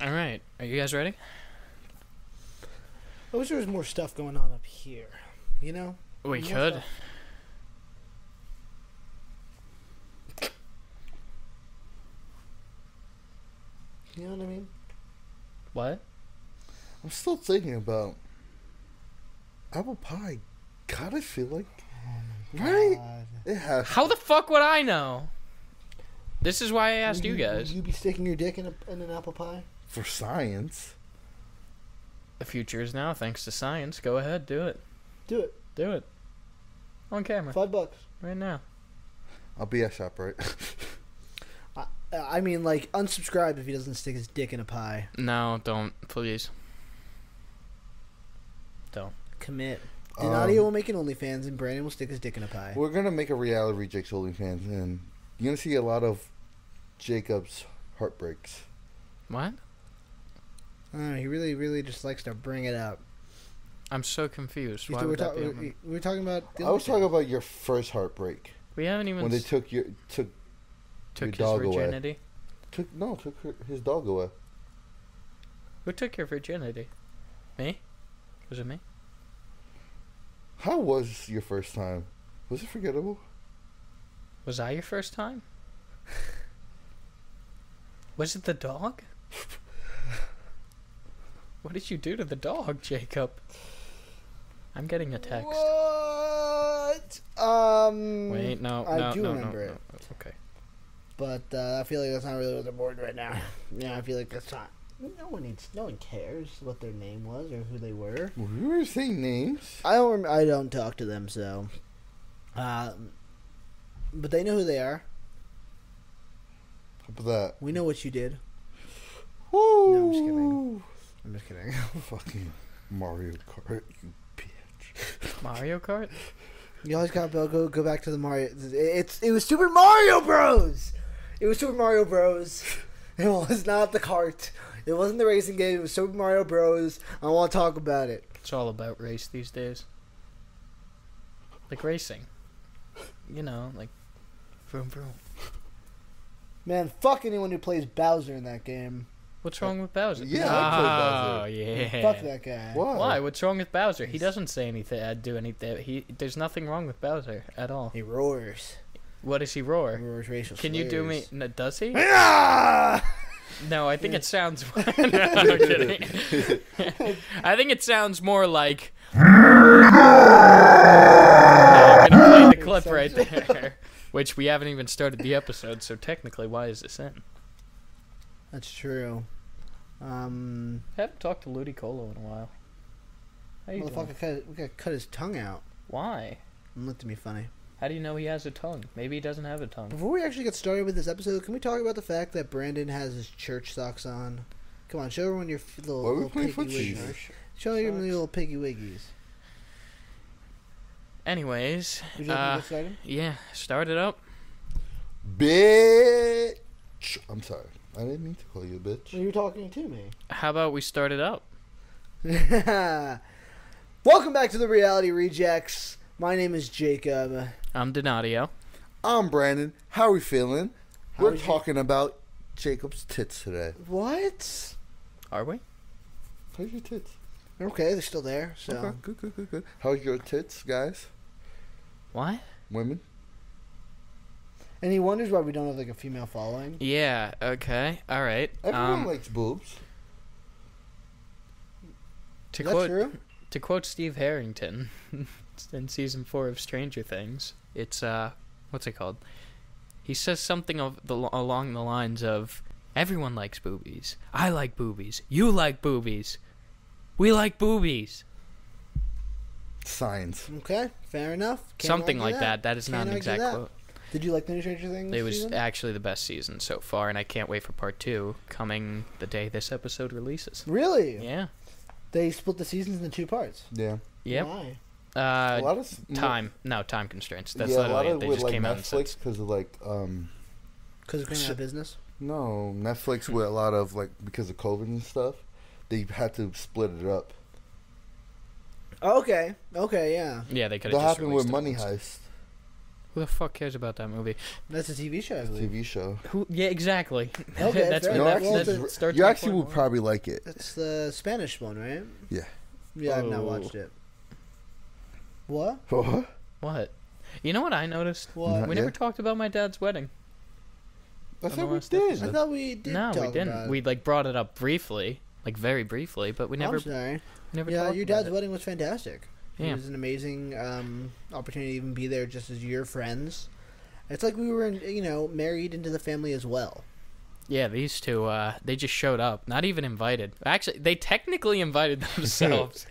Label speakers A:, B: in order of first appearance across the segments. A: All right. Are you guys ready?
B: I wish there was more stuff going on up here. You know?
A: We
B: More
A: could.
B: stuff. You know what I mean?
A: What?
C: I'm still thinking about apple pie. God, I feel like Right?
B: God.
C: it has.
A: How the fuck would I know? This is why I asked you
B: Would
C: Mm-hmm.
A: guys.
B: would You be sticking your dick in, a, in an apple pie?
C: for science.
A: The future is now, thanks to science. Go ahead, do it.
B: Do it.
A: Do it. On camera,
B: Five bucks.
A: right now.
C: I'll be at ShopRite.
B: I, Uh, I mean, like, unsubscribe if he doesn't stick his dick in a pie.
A: No, don't, please.
B: Commit.
C: Um,
B: Donadio will make an OnlyFans and Brandon will stick his dick in a pie.
C: We're gonna make a reality rejects holding fans, and you're gonna see a lot of Jacob's heartbreaks.
A: What?
B: I don't know, Uh, he really, really just likes to bring it up.
A: I'm so confused.
B: He's-
A: Why
B: we're,
A: would that
B: talk-
A: be?
B: we
A: on-
B: we were talking about. the
C: I was
B: OnlyFans.
C: talking about your first heartbreak
A: We haven't even
C: when they
A: s-
C: took your took your
A: took his
C: dog away.
A: virginity.
C: took no took her, his dog away.
A: Who took your virginity? Me? Was it me?
C: How was your first time? Was it forgettable?
A: Was I your first time? Was it the dog? What did you do to the dog, Jacob? I'm getting a text.
B: What? Um.
A: Wait, no, no,
B: I do
A: no, no,
B: remember
A: no,
B: it.
A: no, Okay.
B: But uh, I feel like that's not really what they're bored right now. Yeah, I feel like that's not. No one needs. No one cares what their name was or who they were.
C: We were saying names.
B: I don't. Rem- I don't talk to them, so. Uh, but they know who they are.
C: How about that?
B: We know what you did.
C: Woo!
B: I'm just kidding. I'm just kidding.
C: Fucking Mario Kart, you bitch.
A: Mario Kart?
B: You always gotta go, go go back to the Mario. It's it was Super Mario Bros. It was Super Mario Bros. It was not the cart. It wasn't the racing game. It was Super Mario Bros. I want to talk about it.
A: It's all about race these days. Like racing. You know, like vroom vroom.
B: Man, fuck anyone who plays Bowser in that game.
A: What's wrong with Bowser?
C: Yeah,
A: oh,
C: I
A: yeah.
B: Fuck that guy.
C: Why?
A: Why? What's wrong with Bowser? He doesn't say anything. I do anything. He there's nothing wrong with Bowser at all.
B: He roars.
A: What does he
B: He
A: roar?
B: roars racial.
A: Can you do me?
B: slurs.
A: No, does he?
B: Ah!
A: No, I think it sounds. no, I'm kidding. I think it sounds more like. No, I'm gonna play the clip right there, which we haven't even started the episode. So technically, why is this in?
B: That's true. Um,
A: I haven't talked to Ludicolo in a while. How you doing?
B: motherfucker, cut, we gotta cut his tongue out.
A: Why?
B: And looked at me funny.
A: How do you know he has a tongue? Maybe he doesn't have a tongue.
B: Before we actually get started with this episode, can we talk about the fact that Brandon has his church socks on? Come on, show everyone your f- little,
C: Why are we
B: little
C: playing
B: piggy
C: footsie?
B: wiggies. Show your
A: Socks.
B: little piggy wiggies.
A: Anyways,
B: Would you like
A: uh,
B: me to get started?
A: yeah, start it up.
C: Bitch. I'm sorry. I didn't mean to call you a bitch.
B: You're talking to me.
A: How about we start it up?
B: Welcome back to the Reality Rejects. My name is Jacob.
A: I'm Donadio.
C: I'm Brandon. How are we feeling?
B: How
C: We're
B: is it?
C: talking about Jacob's tits today.
B: What?
A: Are we?
C: How's your tits?
B: Okay, they're still there. So
C: Okay, good, good, good, good. How's your tits, guys?
A: Why?
C: Women?
B: and he wonders why we don't have like a female following.
A: Yeah. Okay. All right.
C: Everyone
A: Um,
C: likes boobs.
A: to
B: Is that
A: quote
B: true?
A: to quote Steve Harrington in season four of Stranger Things, it's uh, what's it called? He says something of the along the lines of, "Everyone likes boobies. I like boobies. You like boobies. We like boobies."
C: Science.
B: Okay, fair enough. Can't
A: something
B: argue
A: like that. That is
B: Can't
A: not an
B: argue
A: exact
B: that.
A: quote.
B: Did you like the new Stranger Things?
A: It was
B: season?
A: actually the best season so far, and I can't wait for part two coming the day this episode releases.
B: really.
A: Yeah.
B: They split the seasons into two parts.
C: Yeah.
A: Yep.
B: Why?
A: Uh,
C: a lot of s-
A: time. No, time constraints. That's
C: yeah, a lot
A: literally
C: of
A: it. They
C: with
A: just
C: like
A: came out and said,
C: Netflix because of like um
B: Because it's going out of business.
C: no Netflix with a lot of like because of COVID and stuff, they had to split it up.
B: Okay. Okay. Yeah.
A: Yeah, they could
C: that
A: have just
C: happened with
A: released it
C: Money
A: once.
C: Heist.
A: Who the fuck cares about that movie?
B: That's a TV show, I believe.
C: TV show.
A: Who? Yeah, exactly.
B: Okay,
A: that's
B: fair
A: where
C: You
A: that,
B: enough. Well,
A: that
B: then-
C: actually,
A: starts.
C: you
A: my
C: actually
A: point.
C: would probably like it.
B: That's the Spanish one, right?
C: Yeah.
B: Yeah, I've not
A: Oh.
B: watched it. What?
C: What?
A: What? You know what I noticed?
B: What?
C: Not
A: we never
C: yet.
A: talked about my dad's wedding.
C: I
A: On the
C: thought we
A: last episode.
C: did.
B: I thought we did.
A: no,
B: talk
A: we didn't.
B: About it.
A: We like brought it up briefly, like very briefly, but we never,
B: I'm sorry.
A: never.
B: Yeah,
A: talked
B: your
A: about
B: dad's
A: it.
B: wedding was fantastic. It
A: Yeah.
B: was an amazing um, opportunity to even be there just as your friends. It's like we were, in, you know, married into the family as well.
A: Yeah, these two, uh, they just showed up. Not even invited. Actually, they technically invited themselves.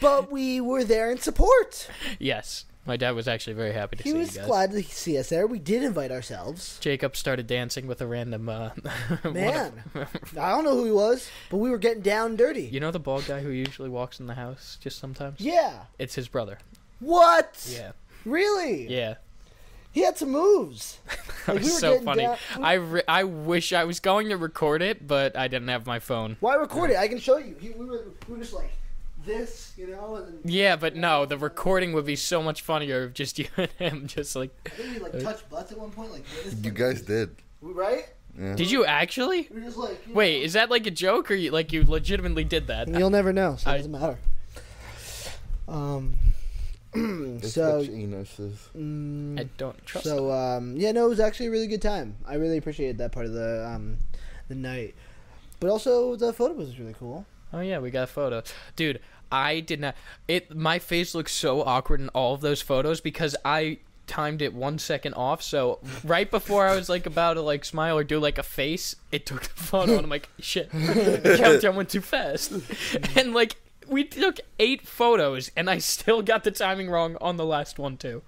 B: but we were there in support.
A: yes, my dad was actually very happy to
B: He
A: see
B: was
A: you guys.
B: glad to see us there. We did invite ourselves.
A: Jacob started dancing with a random uh, one of-
B: Man, I don't know who he was, but we were getting down and dirty.
A: you know the bald guy who usually walks in the house just sometimes.
B: yeah.
A: It's his brother.
B: What?
A: Yeah,
B: Really?
A: yeah.
B: He had some moves.
A: That
B: Like,
A: was
B: were
A: so
B: getting
A: funny.
B: down-
A: I, re- I wish I was going to record it, but I didn't have my phone.
B: Why record it? I can show you. He, we, were, we were just like this, you know, and then
A: Yeah, but no, the recording would be so much funnier if just you and him just like.
B: I think we
A: Uh,
B: like touched butts at one point, like this.
C: You guys did.
B: right?
C: Yeah.
A: Did you actually?
B: We were just like. you
A: Wait, is that like a joke or you, like you legitimately did that?
B: know. You'll never know, so
A: I-
B: it doesn't matter. Um.
C: It's
B: so.
C: such Enos's.
B: mm,
A: I don't trust.
B: so um, yeah, no, it was actually a really good time. I really appreciated that part of the um, the night, but also the photo was really cool.
A: Oh yeah, we got a photo, dude. I did not. It my face looks so awkward in all of those photos because I timed it one second off. So right before I was like about to like smile or do like a face, it took the photo and I'm like shit. The countdown went too fast, and like we took eight photos and I still got the timing wrong on the last one too.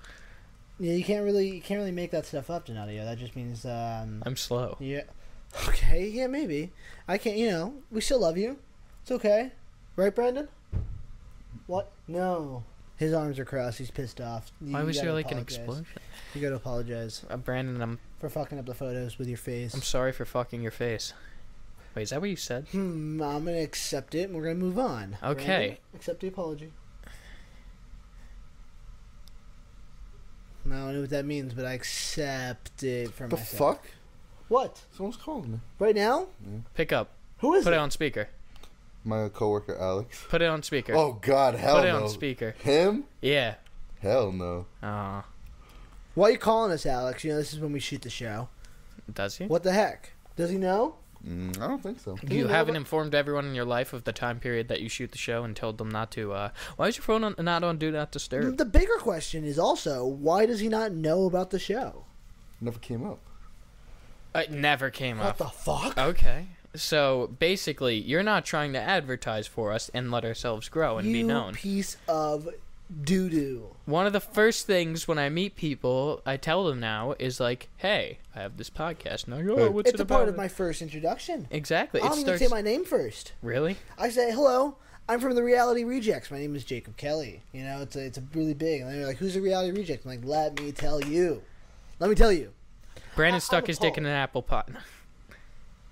B: Yeah, you can't really you can't really make that stuff up, Donadio. That just means um,
A: I'm slow.
B: Yeah. Okay. Yeah, maybe. I can't. You know, we still love you. It's okay, right, Brandon? What? No. His arms are crossed. He's pissed off. You-
A: Why
B: you
A: was there
B: gotta
A: like an
B: apologize.
A: explosion?
B: You gotta apologize
A: Uh, Brandon, I'm
B: for fucking up the photos with your face.
A: I'm sorry for fucking your face. Wait, is that what you said?
B: hmm. I'm gonna accept it, and we're gonna move on.
A: Okay.
B: Brandon, accept the apology. I don't know what that means, but I accept it for
C: What the
B: myself.
C: fuck?
B: What?
C: Someone's calling me.
B: Right now?
A: Pick up.
B: Who is
A: Put
B: it?
A: it on speaker.
C: My coworker Alex.
A: Put it on speaker.
C: Oh God, hell
A: Put it
C: no.
A: on speaker.
C: Him?
A: Yeah.
C: Hell no.
A: Oh,
B: Why are you calling us, Alex? You know this is when we shoot the show.
A: does he?
B: What the heck? Does he know?
C: Mm, I don't think so.
B: you
A: You
B: know
A: haven't
B: that-
A: informed everyone in your life of the time period that you shoot the show and told them not to. Uh, why is your phone on, not on Do Not Disturb?
B: The bigger question is also why does he not know about the show?
C: Never came up.
A: It never came
B: Mm. What
A: up.
B: the fuck?
A: Okay. So basically, you're not trying to advertise for us and let ourselves grow and
B: you
A: be known.
B: piece of doo doo.
A: One of the first things when I meet people, I tell them now is like, "Hey, I have this podcast." And I go,
C: Hey.
A: oh, "What's
B: It's
A: it
B: a
A: about?"
B: part of my first introduction.
A: Exactly.
B: I
A: It
B: don't
A: starts.
B: even say my name first.
A: Really?
B: I say hello. I'm from the Reality Rejects. My name is Jacob Kelly. You know, it's a, it's a really big. And they're like, "Who's a Reality Reject?" I'm like, "Let me tell you. Let me tell you."
A: Brandon
B: I'm
A: stuck his dick in
B: appalled.
A: an apple pot.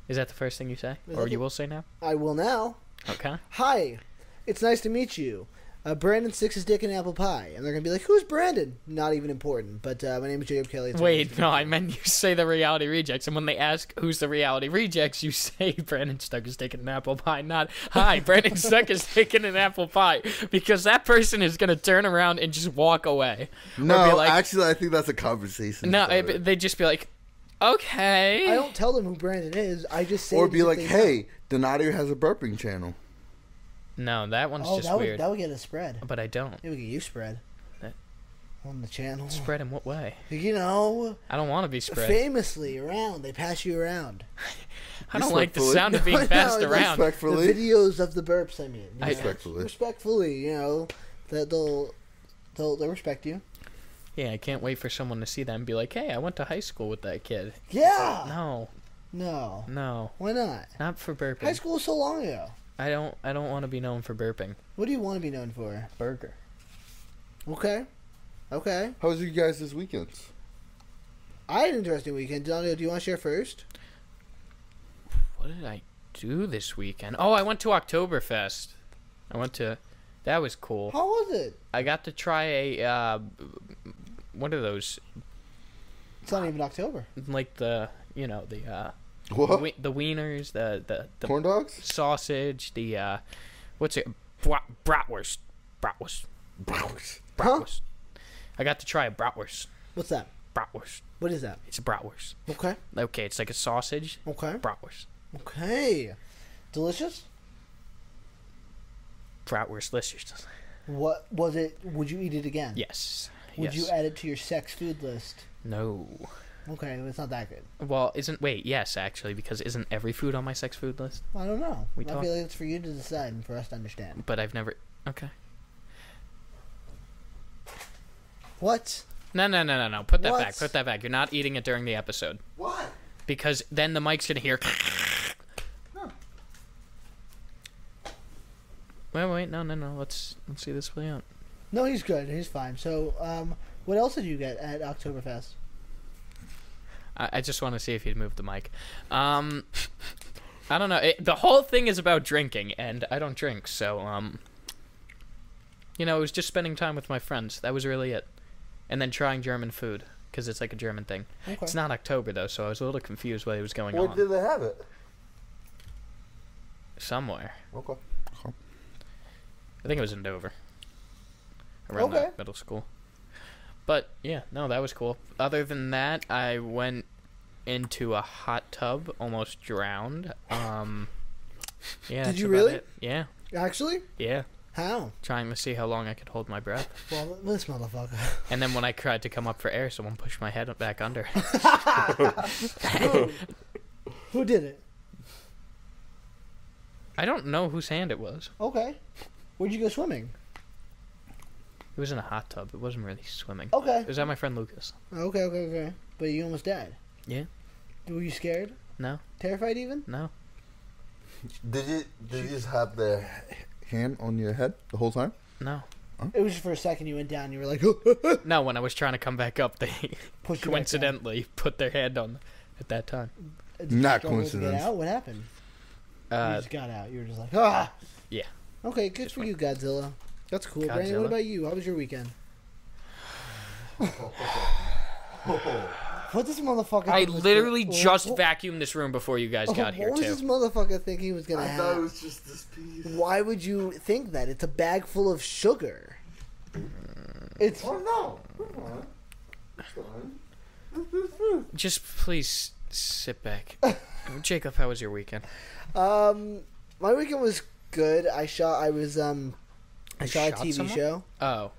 A: Is that the first thing you say,
B: Is
A: or
B: that
A: you
B: the-
A: will say now?
B: I will now.
A: Okay.
B: hi, it's nice to meet you. Uh, Brandon sticks his dick in apple pie, and they're gonna be like, "Who's Brandon?" Not even important. But uh, my name is Jacob Kelly. It's
A: Wait, no, I meant you say the reality rejects, and when they ask who's the reality rejects, you say Brandon stuck his dick in an apple pie, not hi, Brandon stuck his dick in an apple pie, because that person is gonna turn around and just walk away. Or be
C: No,
A: like,
C: actually, I think that's a conversation.
A: no,
C: starter.
A: it- they'd just be like, okay,
B: I don't tell them who Brandon is. I just say
C: or
B: it
C: be
B: because
C: like,
B: they-
C: hey, Donadio has a burping channel.
A: no, that one's
B: oh,
A: just
B: that would
A: weird.
B: that would get a spread.
A: But I don't
B: It would get you spread
A: That-
B: on the channel.
A: spread in what way?
B: You know,
A: I don't want to be spread.
B: famously around they pass you around.
A: I don't like the
C: Respectfully.
A: sound of being
B: No,
A: passed
B: it's
A: around.
C: Respectfully.
B: The videos of the burps. I mean, you know.
C: Respectfully.
B: respectfully, you know, that they'll they'll they'll respect you.
A: Yeah, I can't wait for someone to see that and be like, "Hey, I went to high school with that kid."
B: Yeah.
A: No,
B: No.
A: no,
B: Why not?
A: not for
B: High
A: burping.
B: school was so long ago.
A: I don't, I don't want to be known for burping.
B: What do you want to be known for?
A: Burger.
B: Okay. Okay.
C: How was you guys this weekend?
B: I had an interesting weekend. Donald, do you want to share first?
A: What did I do this weekend? Oh, I went to Oktoberfest. I went to. That was cool.
B: How was it?
A: I got to try a uh, what are those?
B: It's not even October.
A: Like the you know the uh,
C: What?
A: we- the wieners, the the, the
C: Corn dogs?
A: sausage, the uh, what's it? Brat- bratwurst, bratwurst,
C: Bratwurst.
B: Huh?
A: bratwurst. I got to try a bratwurst,
B: What's that?
A: bratwurst.
B: What is that?
A: It's a bratwurst.
B: Okay.
A: Okay, it's like a sausage
B: Okay.
A: bratwurst.
B: Okay. Delicious.
A: Bratwurst delicious.
B: What was it? Would you eat it again?
A: Yes.
B: Would
A: yes.
B: you add it to your sex food list?
A: no.
B: Okay, well, it's not that good.
A: Well, isn't wait? Yes, actually, because isn't every food on my sex food list?
B: I don't know.
A: We
B: I
A: talk-
B: feel like it's for you to decide and for us to understand.
A: But I've never. Okay.
B: What?
A: No, no, no, no, no. Put that
B: What?
A: back. Put that back. You're not eating it during the episode
C: Why?
A: because then the mic's gonna hear. Wait, wait, no, no, no. Let's let's see this play out.
B: No, he's good. He's fine. So, um, what else did you get at Oktoberfest?
A: I, I just want to see if he'd move the mic. Um, I don't know. It, the whole thing is about drinking, and I don't drink, so um, you know, it was just spending time with my friends. That was really it, and then trying German food because it's like a German thing.
B: Okay.
A: It's not October though, so I was a little confused what was going
C: Where
A: on
C: did they have it?
A: somewhere.
C: Okay.
A: I think it was in Dover. Around the
B: Okay.
A: middle school. But yeah, no, that was cool. Other than that, I went into a hot tub, almost drowned. Um Yeah.
B: Did
A: that's
B: you
A: about
B: really?
A: it. Yeah.
B: Actually,
A: Yeah.
B: how?
A: Trying to see how long I could hold my breath.
B: Well, this motherfucker.
A: And then when I tried to come up for air, someone pushed my head back under.
B: Who did it?
A: I don't know whose hand it was.
B: Okay. Where'd you go swimming?
A: It was in a hot tub. It wasn't really swimming.
B: Okay.
A: It was at my friend Lucas.
B: Okay, okay, okay. But you almost died.
A: Yeah.
B: Were you scared?
A: No,
B: Terrified even?
A: no.
C: Did you did you just have the hand on your head the whole time?
A: No.
B: It was just for a second you went down. You were like,
A: No, when I was trying to come back up, they
B: push
A: coincidentally put their hand on at that time.
C: Not
B: "Oh, Get
C: coincidence.
B: out? What happened? you
A: Uh,
B: just got out. You were just like, ah.
A: Yeah.
B: Okay, good for you, Godzilla. That's cool. Brandon,
A: Godzilla.
B: what about you? How was your weekend? what this motherfucker?
A: I
B: think was
A: literally
B: gonna-
A: just
B: what,
A: vacuumed this room before you guys
B: oh, what-
A: got here
B: What was
A: too.
B: this motherfucker think he was gonna have?
C: was just this piece.
B: Why would you think that? It's a bag full of sugar. It's
C: Oh no!
A: Just please sit back. Jacob, how was your weekend?
B: um, my weekend was good. I shot. I was um, I
A: You
B: shot,
A: shot
B: a TV
A: someone?
B: show.
A: Oh,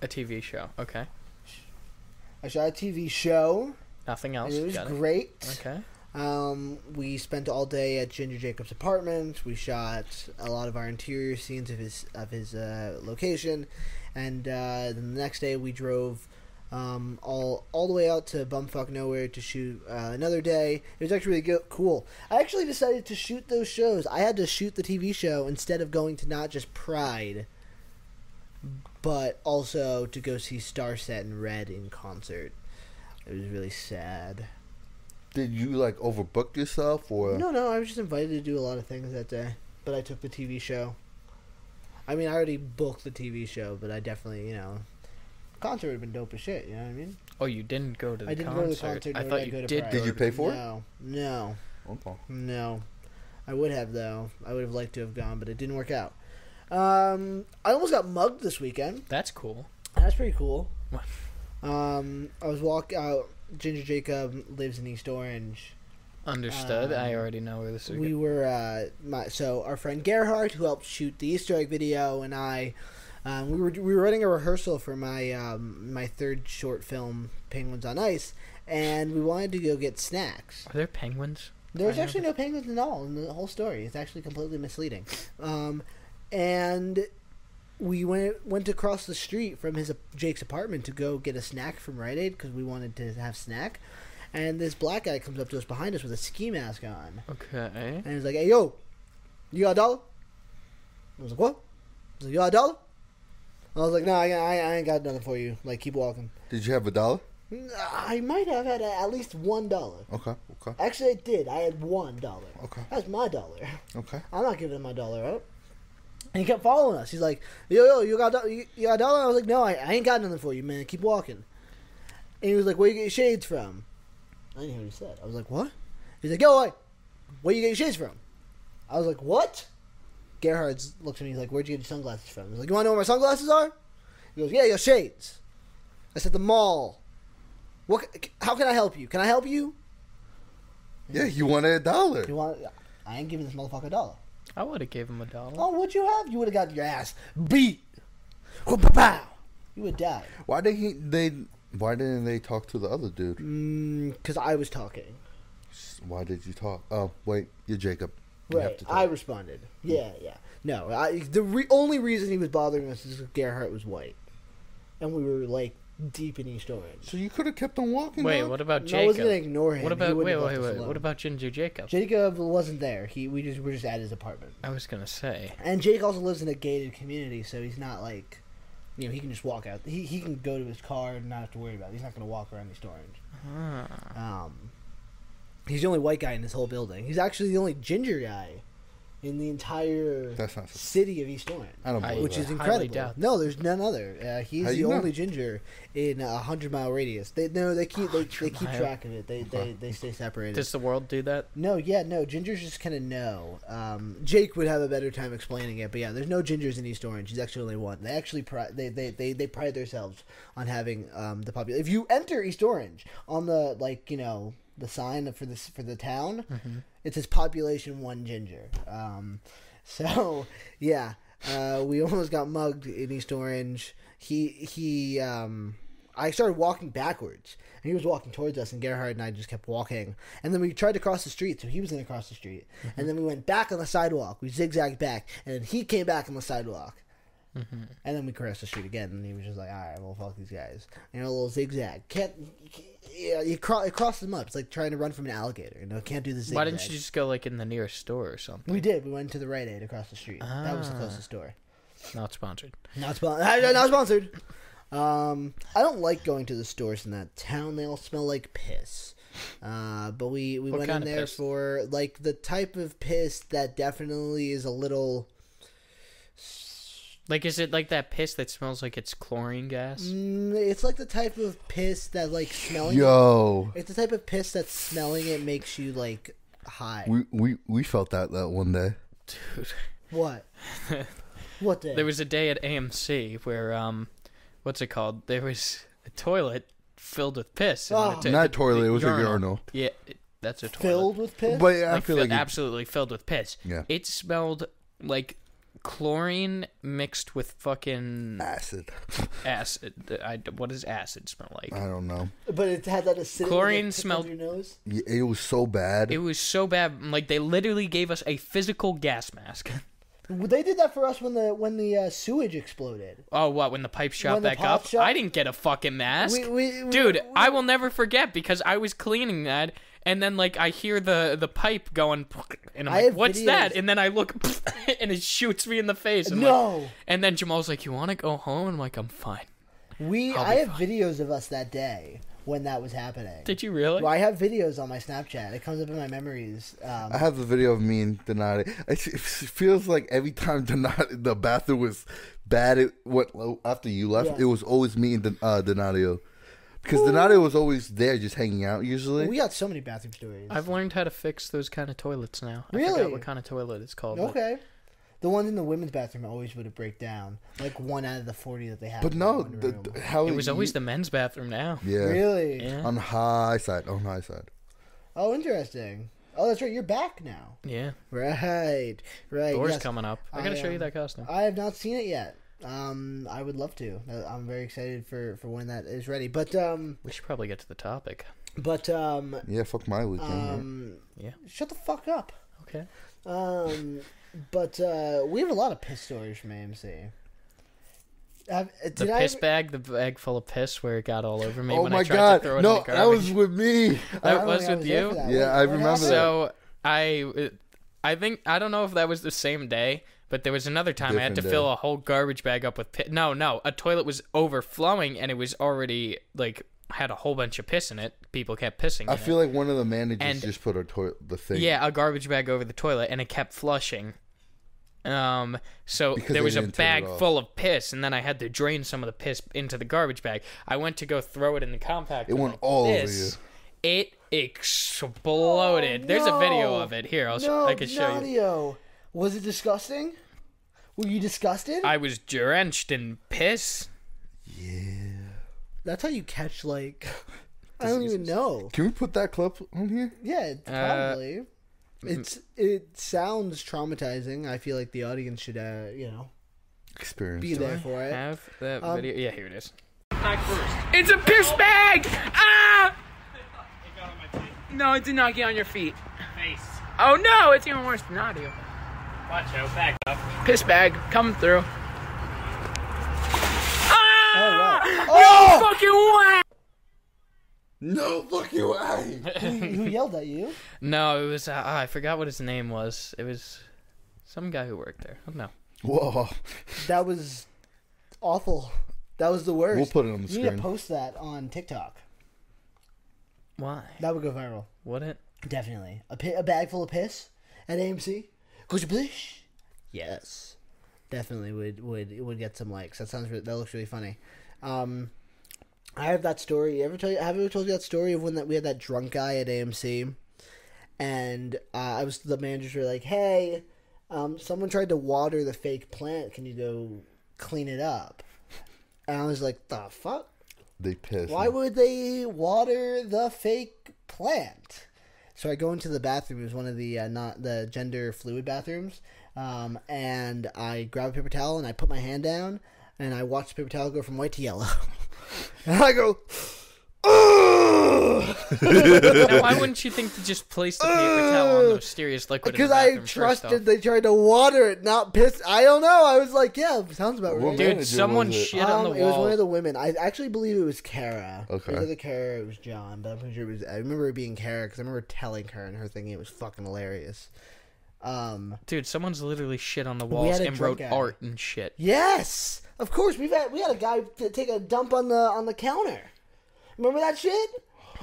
A: a TV show. Okay,
B: I shot a TV show.
A: nothing else.
B: It was
A: got
B: great.
A: It. Okay.
B: Um, we spent all day at Ginger Jacobs' apartment. We shot a lot of our interior scenes of his of his uh, location, and uh, then the next day we drove um, all all the way out to bumfuck nowhere to shoot uh, another day. It was actually really go- cool. I actually decided to shoot those shows. I had to shoot the TV show instead of going to not just Pride, but also to go see Starset and Red in concert. It was really sad.
C: Did you like overbook yourself or?
B: No, no, I was just invited to do a lot of things that day, but I took the TV show. I mean, I already booked the TV show, but I definitely, you know, concert would have been dope as shit. You know what I mean?
A: Oh, you didn't go to the
B: I didn't
A: concert.
B: go to the concert,
A: I
B: nor
A: thought
B: did I
A: you
B: go to
A: did.
B: Pride.
A: go
C: Did you
A: to-
C: pay for it?
B: no, no,
C: Okay.
B: no. I would have though. I would have liked to have gone, but it didn't work out. Um, I almost got mugged this weekend.
A: That's cool.
B: That's pretty cool.
A: What?
B: Um, I was walk out. Ginger Jacob lives in East Orange.
A: Understood. I
B: Um,
A: already know where this is.
B: we
A: going.
B: were uh, my so our friend Gerhard, who helped shoot the Easter egg video, and I, um, we were we were running a rehearsal for my um, my third short film, Penguins on Ice, and we wanted to go get snacks.
A: Are there penguins?
B: There was
A: I know
B: actually no penguins at all in the whole story. It's actually completely misleading. Um, and we went went across the street from his Jake's apartment to go get a snack from Rite Aid because we wanted to have snack. And this black guy comes up to us behind us with a ski mask on.
A: Okay.
B: And he's like, hey, yo, you got a dollar? I was like, what? He's like, you got a dollar? I was like, no, I, I, I ain't got nothing for you. Like, keep walking.
C: Did you have a dollar?
B: I might have had at least one dollar.
C: Okay. Okay.
B: Actually, I did. I had one dollar.
C: Okay.
B: That's my dollar.
C: Okay.
B: I'm not giving my dollar up. And he kept following us. He's like, "Yo, yo, you got do- you, you got a dollar?" I was like, "No, I, I ain't got nothing for you, man. Keep walking." And he was like, "Where you get your shades from?" I didn't hear what he said. I was like, "What?" He's like, "Yo, like, where you get your shades from?" I was like, "What?" Gerhard's looks at me. He's like, "Where'd you get your sunglasses from?" He's like, "You want to know where my sunglasses are?" He goes, "Yeah, your shades." I said, "The mall." What? c- How can I help you? Can I help you?
C: Yeah, you wanted a dollar.
B: You want? I ain't giving this motherfucker a dollar.
A: I would have gave him a dollar.
B: Oh, what'd you have? You would have got your ass beat. Whoop-a-pow. You would die.
C: Why did he? They. Why didn't they talk to the other dude?
B: Because Mm, I was talking.
C: Why did you talk? Oh, wait, you're Jacob. You
B: Right. I responded. Yeah, yeah. No, I, the re- only reason he was bothering us is because Gerhardt was white. And we were, like, deep in East Orange.
C: so you could have kept on walking.
A: Wait,
C: dog.
A: what about
B: No, I wasn't going to
A: Jacob?
B: ignore him.
A: What
B: He
A: about wait,
B: wouldn't have
A: wait,
B: left us
A: wait?
B: alone.
A: What about Ginger Jacob?
B: Jacob wasn't there. He we just were just at his apartment.
A: I was gonna say.
B: And Jake also lives in a gated community, so he's not like, you know, he can just walk out. He he can go to his car and not have to worry about it. He's not going to walk around East Orange.
A: Ah.
B: Um, he's the only white guy in this whole building. He's actually the only ginger guy in the entire
C: That's not. so-
B: city of East Orange,
C: I don't
A: I-
C: believe
B: which
C: that.
B: is
A: highly
B: incredible.
A: doubt-
B: No, there's none other. Uh, he's
C: How
B: the
C: you know?
B: only ginger in a hundred mile radius. They no, they keep they, they keep
A: mile.
B: track of it. They they, they stay separated.
A: Does the world do that?
B: no, yeah, no. Gingers just kind of know. Um, Jake would have a better time explaining it, but yeah, there's no gingers in East Orange. He's actually only one. They actually pri- they, they, they, they pride themselves on having um, the population. If you enter East Orange on the like you know the sign for this for the town, it says population one ginger. Um, so yeah, uh, we almost got mugged in East Orange. He he. Um, I started walking backwards, and he was walking towards us, and Gerhard and I just kept walking. And then we tried to cross the street, so he was going to cross the street.
A: Mm-hmm.
B: And then we went back on the sidewalk. We zigzagged back, and then he came back on the sidewalk.
A: Mm-hmm.
B: And then we crossed the street again, and he was just like, "All right, well, fuck these guys." You know, a little zigzag. Can't, yeah, you, cro- it crossed them up. It's like trying to run from an alligator. You know, can't do the zigzag.
A: Why didn't you just go like in the nearest store or something?
B: We did. We went to the Rite Aid across the street. That was the
A: Ah.
B: closest store.
A: Not sponsored.
B: Not sponsored. Not sponsored. Um, I don't like going to the stores in that town. They all smell like piss. Uh, but we we
A: What
B: went in
A: kind of
B: there
A: piss?
B: for like the type of piss that definitely is a little.
A: Like, is it like that piss that smells like it's chlorine gas?
B: Mm, it's like the type of piss that like smelling.
C: Yo,
B: It's the type of piss that smelling it makes you like high.
C: we, we we felt that that one day.
B: Mm.
A: Dude.
B: what? what day?
A: There was a day at AMC where um, what's it called? There was a toilet filled with piss. and
B: Oh.
A: the
C: Not toilet, it was a
A: urinal.
C: urinal.
A: Yeah, it- that's a toilet.
B: filled with piss.
C: But yeah, I
A: Like,
C: feel
A: fi-
C: like it-
A: absolutely filled with piss.
C: Yeah.
A: It smelled like chlorine mixed with fucking
C: acid.
A: acid. I, what does acid smell like?
C: I don't know.
B: but it had that acidic
A: Chlorine
B: like, tickle
A: smelled-
B: Your nose.
C: Yeah, It was so bad.
A: It was so bad. Like they literally gave us a physical gas mask.
B: Well, They did that for us when the when the uh, sewage exploded.
A: Oh, what when the pipe shot
B: When the
A: back
B: pop
A: up?
B: shot-
A: I didn't get a fucking mask,
B: We- we- we-
A: dude.
B: we-
A: I will never forget because I was cleaning that, and then like I hear the the pipe going, and I'm
B: I
A: like,
B: have
A: "What's
B: videos-
A: that?" And then I look, and it shoots me in the face. I'm like-
B: No.
A: and then Jamal's like, "You want to go home?" I'm like, "I'm fine."
B: We
A: I'll
B: I
A: be
B: have videos of us that day when that was happening.
A: Did you really?
B: well, I have videos on my Snapchat. It comes up in my memories. Um,
C: I have the video of me and Donati. It it feels like every time Donati, the bathroom was bad, it went after you left.
B: Yeah.
C: It was always me and Don- uh, Donatio, because Donatio was always there, just hanging out usually.
B: we got so many bathroom stories.
A: I've learned how to fix those kind of toilets now. I
B: Really?
A: forgot what kind of toilet it's called. but-
B: okay. The ones in the women's bathroom always would have break down, like one out of the forty that they had.
C: but
B: in
C: no,
B: one
C: the,
B: room.
C: the- how
A: It was
C: you-
A: always the men's bathroom now.
C: yeah
B: really.
A: Yeah.
C: on high side on high side.
B: Oh, interesting. Oh, that's right. You're back now.
A: Yeah.
B: Right, right.
A: Doors
B: yes.
A: coming up. I,
B: I,
A: gotta show
B: um,
A: you that costume.
B: I have not seen it yet. Um, I would love to. Uh, I'm very excited for for when that is ready. But um,
A: we should probably get to the topic.
B: but um,
C: Yeah, fuck my weekend. right?
B: um,
A: Yeah.
B: shut the fuck up.
A: Okay.
B: Um, but uh, we have a lot of piss stories from AMC. Have, uh, did
A: The
B: I
A: piss
B: ever-
A: bag, the bag full of piss where it got all over me
C: oh
A: when
C: my
A: I tried
C: god!
A: to throw it in
C: No,
A: the
C: that
A: garbage.
C: was with me.
B: I
A: That
B: don't
A: was
B: think I
A: with
B: there
A: you?
B: for that
C: Yeah,
B: one.
C: I
B: What
C: remember
B: happened?
A: so I, it- I think I don't know if that was the same day, but there was another time I had to
C: Different
A: fill
C: day.
A: a whole garbage bag up with piss. No, no, a toilet was overflowing and it was already like had a whole bunch of piss in it. People kept pissing.
C: I
A: in it.
C: feel like one of the managers
A: And-
C: just put a toilet the thing.
A: Yeah, a garbage bag over the toilet, and it kept flushing. Um, so
C: Because
A: there
C: they
A: was a
C: didn't take it
A: bag
C: off.
A: full of piss, and then I had to drain some of the piss into the garbage bag. I went to go throw it in the compact.
C: It
A: bin
C: went
A: like
C: all over
A: this. It exploded.
B: Oh,
A: There's a video
B: no.
A: of it here. I'll sh-
B: No,
A: I can show you.
B: Nadio. Was it disgusting? Were you disgusted?
A: I was drenched in piss.
C: Yeah.
B: That's how you catch like. I don't even know.
C: Can we put that clip on here?
B: Yeah,
A: Uh,
B: it's probably.
A: mm-hmm.
B: it's it sounds traumatizing. I feel like the audience should, uh, you know,
C: Experience.
B: be there for it.
A: Have that
D: Um,
A: video? Yeah, here it is.
D: It's a piss bag! Ah! No, it did not get on your feet.
E: Face.
D: Oh no, it's even worse than audio.
E: Watch out, back up.
D: Piss bag, come through. Ah!
B: Oh!
D: Fucking what?
C: No fucking way.
B: Who yelled at you?
A: No, it was. Uh, ah, I forgot what his name was. It was some guy who worked there. Oh, no.
C: Whoa.
B: That was awful. That was the worst.
C: We'll put it on the
B: You need
C: screen.
B: to post that on TikTok.
A: Why?
B: That would go viral.
A: Would it?
B: Definitely. A, pi- a bag full of piss at AMC. Could you please? Yes. Definitely would would would get some likes. That sounds re- that looks really funny. Um, I have that story. Ever tell you? Have I ever told you that story of when that we had that drunk guy at AMC, and uh, I was the managers were like, "Hey, um, someone tried to water the fake plant. Can you go clean it up?" And I was like, "The fuck."
C: they pissed.
B: Why would they water the fake plant? So I go into the bathroom. It was one of the uh, not the gender fluid bathrooms, um, and I grab a paper towel and I put my hand down and I watch the paper towel go from white to yellow. and I go,
A: Now, why wouldn't you think to just place the paper towel on the mysterious liquid? in the
B: Uh, because I
A: bathroom first
B: trusted
A: off?
B: they tried to water it, not piss. I don't know. I was like, yeah, sounds about right.
C: Well,
A: Dude,
C: manager
A: someone
C: was it?
A: shit on the
B: Um,
A: wall.
B: It was one of the women. I actually believe it was Kara.
C: Okay.
B: It was either Kara or it was John, but I'm pretty sure it was. I remember it being Kara because I remember telling her and her thinking it was fucking hilarious. Um.
A: Dude, someone's literally shit on the walls
B: had a
A: and wrote
B: drunk guy.
A: art and shit.
B: Yes, of course. We've had we had a guy t- take a dump on the on the counter. Remember that shit?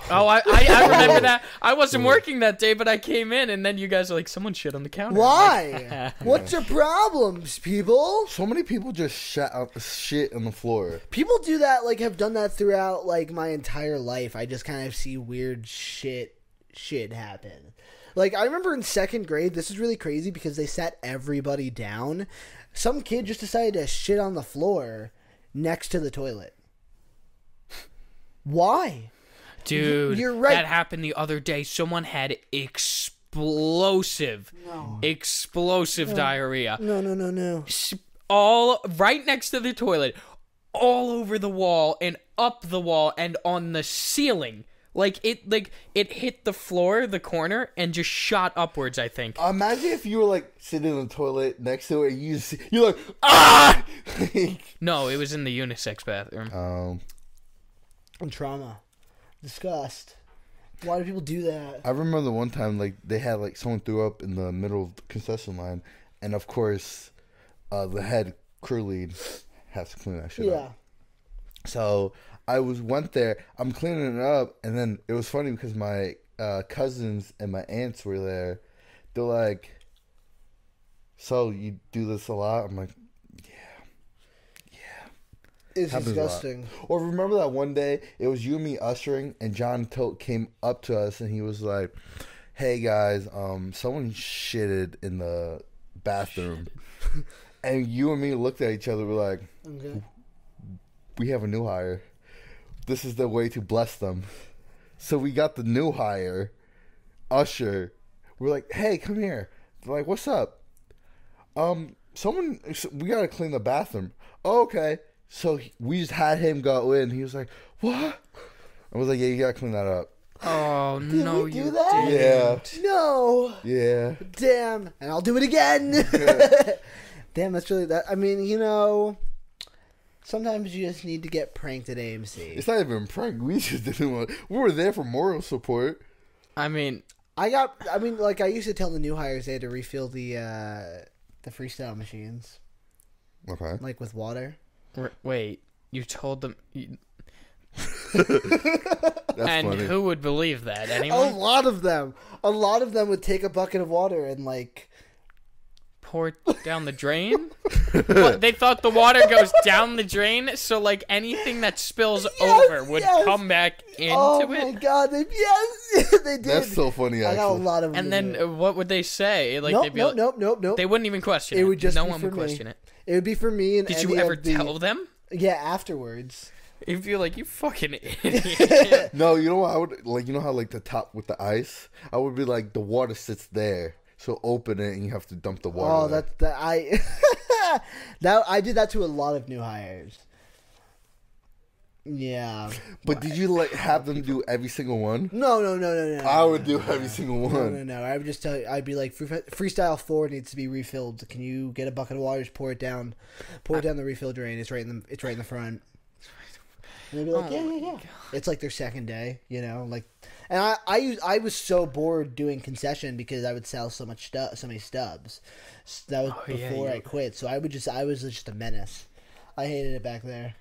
A: Oh, I, I, I remember that. I wasn't working that day, but I came in, and then you guys are like, someone shit on the counter.
B: Why? What's your problems, people?
C: So many people just shat out shit on the floor.
B: People do that. Like have done that throughout like my entire life. I just kind of see weird shit shit happen. Like I remember in second grade, this is really crazy because they sat everybody down. Some kid just decided to shit on the floor next to the toilet. Why?
A: Dude,
B: You're right.
A: that happened the other day. Someone had explosive, explosive diarrhea.
B: No, no, no, no.
A: s- all right next to the toilet, all over the wall and up the wall and on the ceiling. Like it, like it hit the floor, the corner, and just shot upwards. I think.
B: Uh,
C: Imagine if you were like sitting in the toilet next to it, and you just, you're like ah.
A: No, it was in the unisex bathroom.
B: Uh.
C: um,
B: and trauma, disgust. Why do people do that?
C: I remember the one time like they had like someone threw up in the middle of the concession line, and of course, uh, the head crew lead has to clean that shit
B: Yeah,
C: up. So I was went there. I'm cleaning it up, and then it was funny because my uh, cousins and my aunts were there. They're like, "So you do this a lot?" I'm like,
B: it's
C: Happens a lot.
B: disgusting.
C: Or remember that one day it was you and me ushering, and John Tilt came up to us and he was like, "Hey guys, um, someone shitted in the bathroom," and you and me looked at each other. We're like,
B: Okay.
C: "We have a new hire. This is the way to bless them." So we got the new hire, usher. We're like, "Hey, come here." They're like, "What's up?" Um, someone, we gotta clean the bathroom. "Oh, okay. So he- we just had him go in. He was like, what? I was like, yeah, you gotta clean that up.
A: oh no,
B: we do
A: you
B: that?
A: didn't.
C: Yeah,
B: No,
C: yeah.
B: damn, and I'll do it again. damn, that's really that. I mean, you know, sometimes you just need to get pranked at AMC.
C: It's not even a prank. We just didn't want. We were there for moral support.
A: I mean,
B: I got. I mean, like I used to tell the new hires they had to refill the uh, the freestyle machines,
C: Okay.
B: like with water.
A: r- wait. You told them, you-
C: That's
A: and
C: funny.
A: who would believe that?
B: A
A: Anyone?
B: lot of them, a lot of them would take a bucket of water and like
A: pour down the drain. What, they thought the water goes down the drain, so like anything that spills
B: Yes,
A: over would
B: yes.
A: come back into
B: oh
A: it.
B: my god! They, yes, they did.
C: That's so funny.
B: I got a
C: Actually,
B: lot of.
A: And then uh, what would they say? Like
B: nope,
A: they'd be
B: nope,
A: like,
B: nope, nope, nope.
A: they wouldn't even question it.
B: It would just
A: no
B: be
A: one
B: for
A: would
B: me.
A: question it.
B: It would be for me and
A: Did
B: any
A: you ever
B: of the-
A: tell them?
B: Yeah, afterwards.
A: If you're like you fucking idiot.
C: no, you know what? I would like. You know how like the top with the ice. I would be like the water sits there, so open it and you have to dump the water.
B: Oh,
C: there.
B: that that I that I did that to a lot of new hires. Yeah.
C: But did you like have them do every single one?
B: No, no, no, no, no.
C: I would do every
B: No,
C: single
B: no,
C: one.
B: no. I would just tell you, I'd be like, "Free- freestyle four needs to be refilled. Can you get a bucket of water, just pour it down, pour
A: Ah.
B: it down the refill drain? It's right in the, it's right in the front. And they'd be like,
A: Oh
B: yeah,
A: my
B: yeah, yeah. It's like their second day, you know, like, and I, I, used, I was so bored doing concession because I would sell so much stuff, so many stubs. S- that was
A: Oh, yeah,
B: before
A: you-
B: I quit, so I would just, I was just a menace. I hated it back there.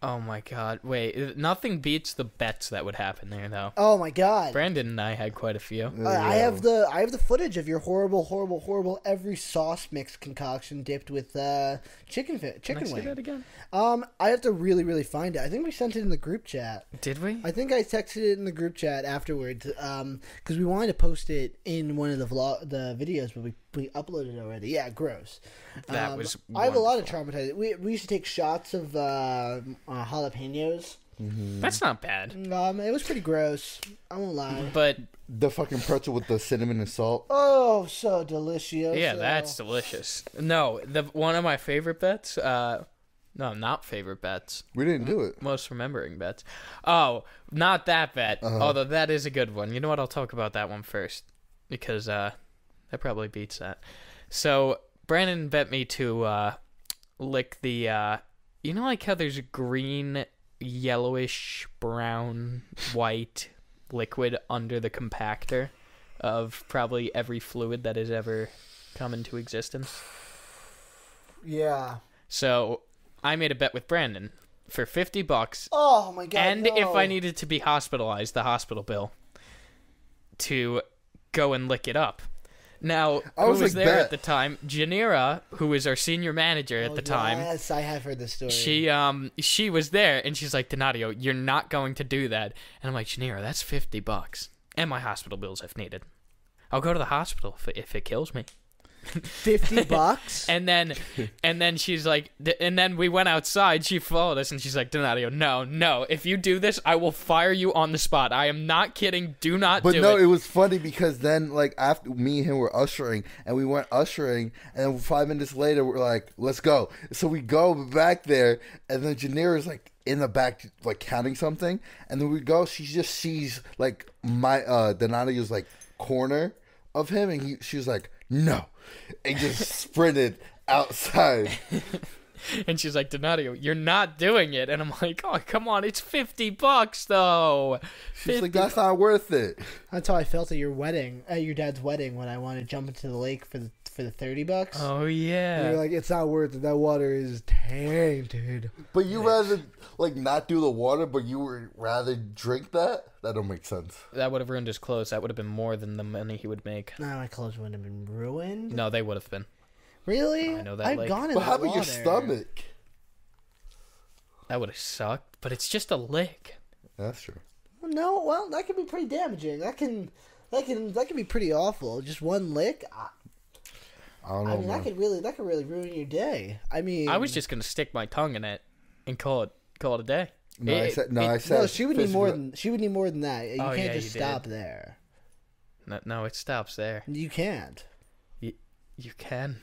A: oh my god. Wait, uh, nothing beats the bets that would happen there though.
B: Oh my god.
A: Brandon and I had quite a few.
B: I- I have the I have the footage of your horrible, horrible, horrible every sauce mix concoction dipped with uh, chicken fi-
A: Can I
B: chicken
A: say that
B: wing.
A: again?
B: Um, I have to really, really find it. I think we sent it in the group chat.
A: Did we?
B: I think I texted it in the group chat afterwards. Um, because we wanted to post it in one of the vlog the videos, but we we uploaded it already. Yeah, gross.
A: That
B: Um,
A: was
B: I have a lot of traumatized. We we used to take shots of uh, uh jalapenos.
A: That's not bad.
B: Um, it was pretty gross. I won't lie.
A: But
C: The fucking pretzel with the cinnamon and salt.
B: Oh, so delicious.
A: yeah, that's delicious. No, the one of my favorite bets. Uh, no, not favorite bets.
C: We didn't do it.
A: most remembering bets. Oh, not that bet. Although that is a good one. You know what? I'll talk about that one first because uh, that probably beats that. So Brandon bet me to uh, lick the. Uh, you know, like how there's green, yellowish, brown, white liquid under the compactor of probably every fluid that has ever come into existence.
B: Yeah.
A: So I made a bet with Brandon for 50 bucks
B: Oh my god.
A: and if
B: no.
A: I needed to be hospitalized, the hospital bill to go and lick it up. Now,
C: I
A: who
C: was
A: was
C: like,
A: there
C: bet.
A: at the time? Janira, who was our senior manager at
B: Oh,
A: the time.
B: Yes, I have heard this story.
A: She um she was there and she's like Donadio, you're not going to do that. And I'm like Janira, that's fifty bucks and my hospital bills if needed. I'll go to the hospital if, if it kills me.
B: fifty bucks.
A: And then, and then she's like, th- and then we went outside. She followed us, and she's like, Donadio, no, no. If you do this, I will fire you on the spot. I am not kidding. Do not
C: But
A: do
C: no,
A: it.
C: it. was funny because then, like, after me and him were ushering, and we went ushering, and then five minutes later, we're like, let's go. So we go back there, and then Janira's like in the back, like counting something, and then we go. She just sees like my uh Donatio's like corner of him, and he, she was like, no, and just sprinted outside.
A: And she's like, Donadio, you're not doing it. And I'm like, oh, come on, it's fifty bucks though.
C: She's like,
A: 50
C: that's not worth it.
B: That's how I felt at your wedding, at your dad's wedding, when I wanted to jump into the lake for the for the thirty bucks.
A: Oh
B: You're
A: yeah.
B: like, it's not worth it. That water is tainted.
C: But you rather like not do the water, but you would rather drink that. That don't make sense.
A: that would have ruined his clothes. That would have been more than the money he would make.
B: No, my clothes wouldn't have been ruined.
A: No, they would have been.
B: Really?
A: I know that
B: I've
A: lake.
B: gone in
C: But
B: the
C: how about your
B: water.
C: stomach?
A: That would have sucked. But it's just a lick.
C: That's true.
B: No, well, that can be pretty damaging. That can, that can, that can be pretty awful. Just one lick. I,
C: I don't know.
B: I mean,
C: man.
B: that could really, that could really ruin your day. I mean,
A: I was just gonna stick my tongue in it and call it call it a day.
C: no, I
A: It-
C: said no.
A: it-
C: I said
B: No, she would need
C: physical-
B: more than she would need more than that. You
A: Oh,
B: can't
A: yeah,
B: just
A: you did.
B: stop there.
A: No, no, it stops there.
B: You can't.
A: You can.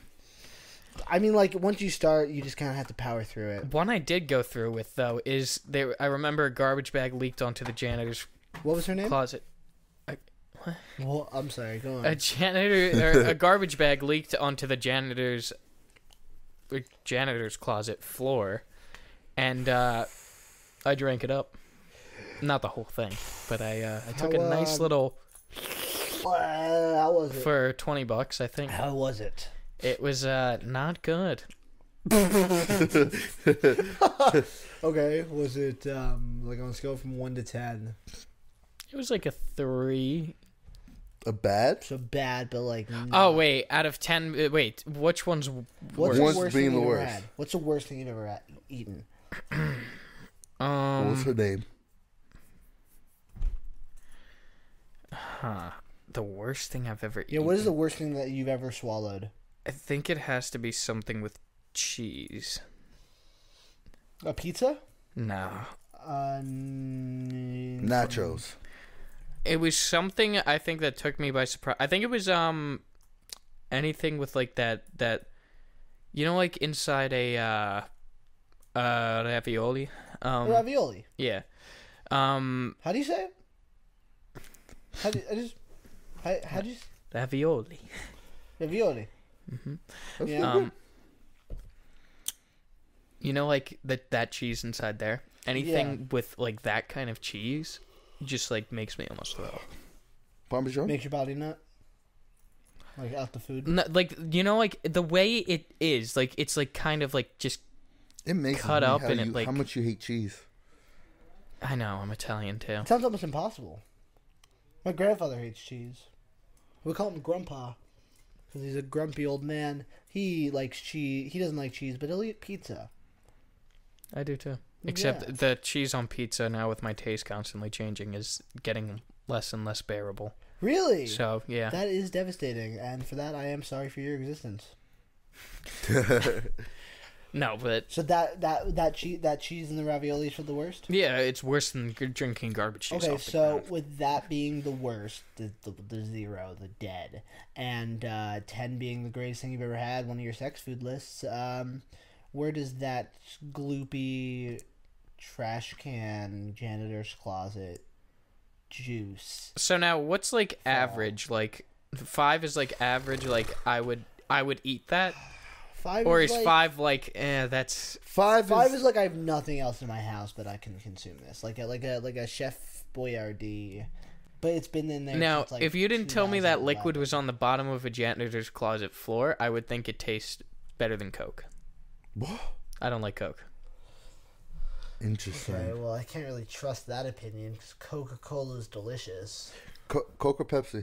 B: I mean, like once you start, you just kind of have to power through it.
A: One I did go through with though is there. I remember a garbage bag leaked onto the janitor's
B: What was her name?
A: closet.
B: Well, I'm sorry. Go
A: A
B: on.
A: janitor, or a garbage bag leaked onto the janitor's the janitor's closet floor, and uh, I drank it up. Not the whole thing, but I uh, I took
B: How,
A: a nice
B: um,
A: little
B: Uh, how was it?
A: for twenty bucks. I think
B: how was it?
A: it was uh, not good.
B: Okay, was it um like on a scale from one to ten?
A: It was like a three.
C: A bad?
B: So bad, but like.
A: Oh wait, out of ten, uh, wait, which one's w-
B: What's
A: worse?
B: the
C: One's
B: worst
C: being
B: thing
C: the
B: you've ever
C: worst.
B: had? What's the worst thing you've ever had, eaten?
A: Um,
C: What's her name?
A: the worst thing I've ever
B: Yeah,
A: eaten.
B: what is the worst thing that you've ever swallowed?
A: I think it has to be something with cheese.
B: A pizza?
A: No,
B: Uh, n-
C: Nachos.
A: it was something I think that took me by surprise. I think it was um, anything with like that that, you know, like inside a uh, uh ravioli. Um,
B: ravioli.
A: yeah. Um,
B: How do you say it? How do you, I just how, how do you s-
A: ravioli.
B: ravioli? Mm-hmm. Yeah.
A: Um, you know, like that that cheese inside there. Anything with like that kind of cheese, just like makes me almost throw. up.
C: Parmesan?
B: Makes your body nut. Like out the food.
A: No, like you know, like the way it is, like it's like kind of like just.
C: It makes
A: cut
C: me
A: up
C: how
A: and it,
C: you-
A: like-
C: how much you hate cheese.
A: I know I'm Italian too.
B: Sounds almost impossible. My grandfather hates cheese. We call him Grandpa because he's a grumpy old man. He likes cheese. He doesn't like cheese, but he'll eat pizza.
A: I do too. Except
B: Yeah.
A: the cheese on pizza now, with my taste constantly changing, is getting less and less bearable.
B: Really?
A: So yeah,
B: That is devastating, and for that I am sorry for your existence.
A: no, but
B: So that that that cheese that cheese and the ravioli is for the worst.
A: yeah, it's worse than g- drinking garbage juice.
B: Okay,
A: off the
B: so
A: ground.
B: with that being the worst, the, the, the zero, the dead, and uh, 10 being the greatest thing you've ever had, one of your sex food lists, um, where does that gloopy trash can, janitor's closet juice?
A: So now, what's like average? Like five is like average. Like I would, I would eat that.
B: Five
A: Or is
B: like,
A: five like, eh, that's
C: Five,
B: Five
C: is,
B: is like I have nothing else in my house, but I can consume this. Like a, like a like a Chef Boyardee, but it's been in there.
A: now.
B: since, like,
A: if you didn't tell me that liquid
B: 2011.
A: was on the bottom of a janitor's closet floor, I would think it tastes better than Coke. I don't like Coke.
C: interesting.
B: Okay, well, I can't really trust that opinion because Coca Cola is delicious.
C: Co- Coke or Pepsi?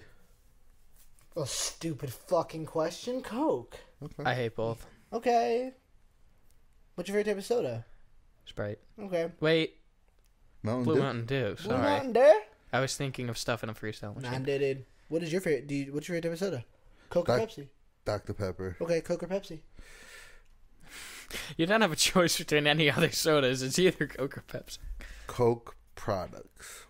B: A stupid fucking question. Coke.
A: I hate both.
B: Okay. What's your favorite type of soda?
A: Sprite.
B: Okay.
A: Wait,
C: Mountain
A: Blue
C: Dew?
A: Mountain Dew.
B: Blue
A: Sorry,
B: Mountain Dew.
A: I was thinking of stuff in a freestyle
B: Nah,
A: machine.
B: dude. What is your favorite? Do you, what's your favorite type of soda? Coke or
C: Diet-
B: Pepsi?
C: Dr. Pepper.
B: Okay, Coke or Pepsi.
A: You don't have a choice between any other sodas. It's either Coke or Pepsi.
C: Coke products.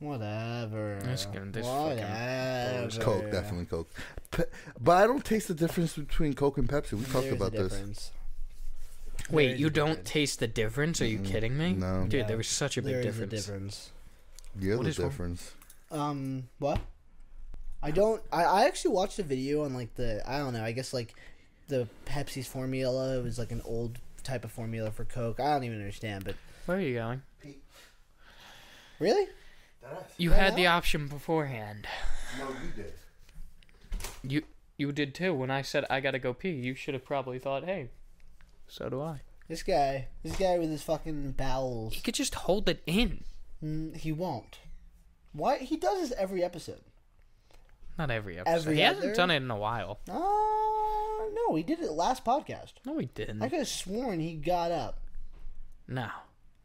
B: Whatever.
A: That's good, this fucking-
B: Whatever.
C: Coke, definitely Coke. Pe- but I don't taste the difference between Coke and Pepsi. We talked
B: There's
C: about
B: a
C: this.
B: difference.
A: Wait,
B: There's
A: you
B: a
A: don't
B: difference.
A: taste the difference? Are you kidding me?
C: No.
A: Dude,
B: No.
A: there was such a big
B: There is a
A: difference.
B: difference.
C: You're
A: What
C: the
A: is wrong?
C: difference.
B: Um, what? I don't. I, I actually watched a video on like the I don't know. I guess like the Pepsi's formula was like an old type of formula for Coke. I don't even understand, but
A: Where are you going?
B: really,
A: You
B: Right
A: had
B: now?
A: the option beforehand.
C: No, you did.
A: You you did too. When I said I gotta go pee, you should have probably thought, hey, so do I.
B: this guy, this guy with his fucking bowels,
A: You could just hold it in.
B: mm, he won't. Why he does this every episode?
A: Not every episode.
B: Every
A: he
B: other?
A: hasn't done it in a while.
B: Uh, no, he did it last podcast.
A: No, he didn't.
B: I could have sworn he got up.
A: No,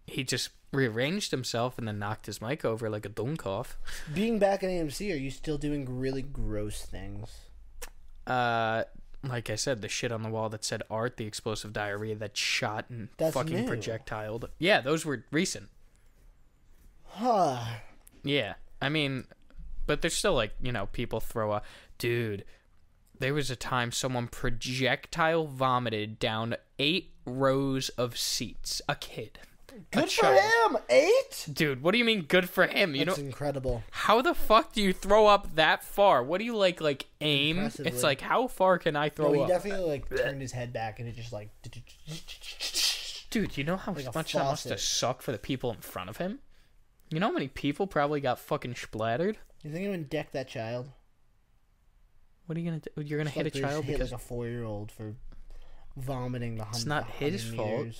A: he just rearranged himself and then knocked his mic over like a Dunkoff.
B: Being back at AMC, are you still doing really gross things?
A: Uh, like I said, the shit on the wall that said art, the explosive diarrhea that shot and
B: That's
A: fucking
B: new.
A: projectiled. Yeah, those were recent.
B: Huh.
A: Yeah, I mean, but there's still like you know people throw a dude. There was a time someone projectile vomited down eight rows of seats. A kid, a
B: Good for
A: child.
B: him. Eight.
A: Dude, what do you mean good for him? You
B: It's
A: know
B: incredible.
A: how the fuck do you throw up that far? What do you like like aim?
B: Impressively.
A: It's like how far can I throw
B: No, he
A: up?
B: definitely like turned his head back and it just like.
A: Dude, you know how
B: a
A: much that must
B: faucet.
A: have sucked for the people in front of him? You know how many people probably got fucking splattered?
B: You think I'm gonna deck that child?
A: What are you gonna do? You're gonna
B: Just
A: hit
B: like
A: a
B: they just
A: child
B: hit,
A: because
B: like a four-year-old for vomiting the hundred.
A: not his fault.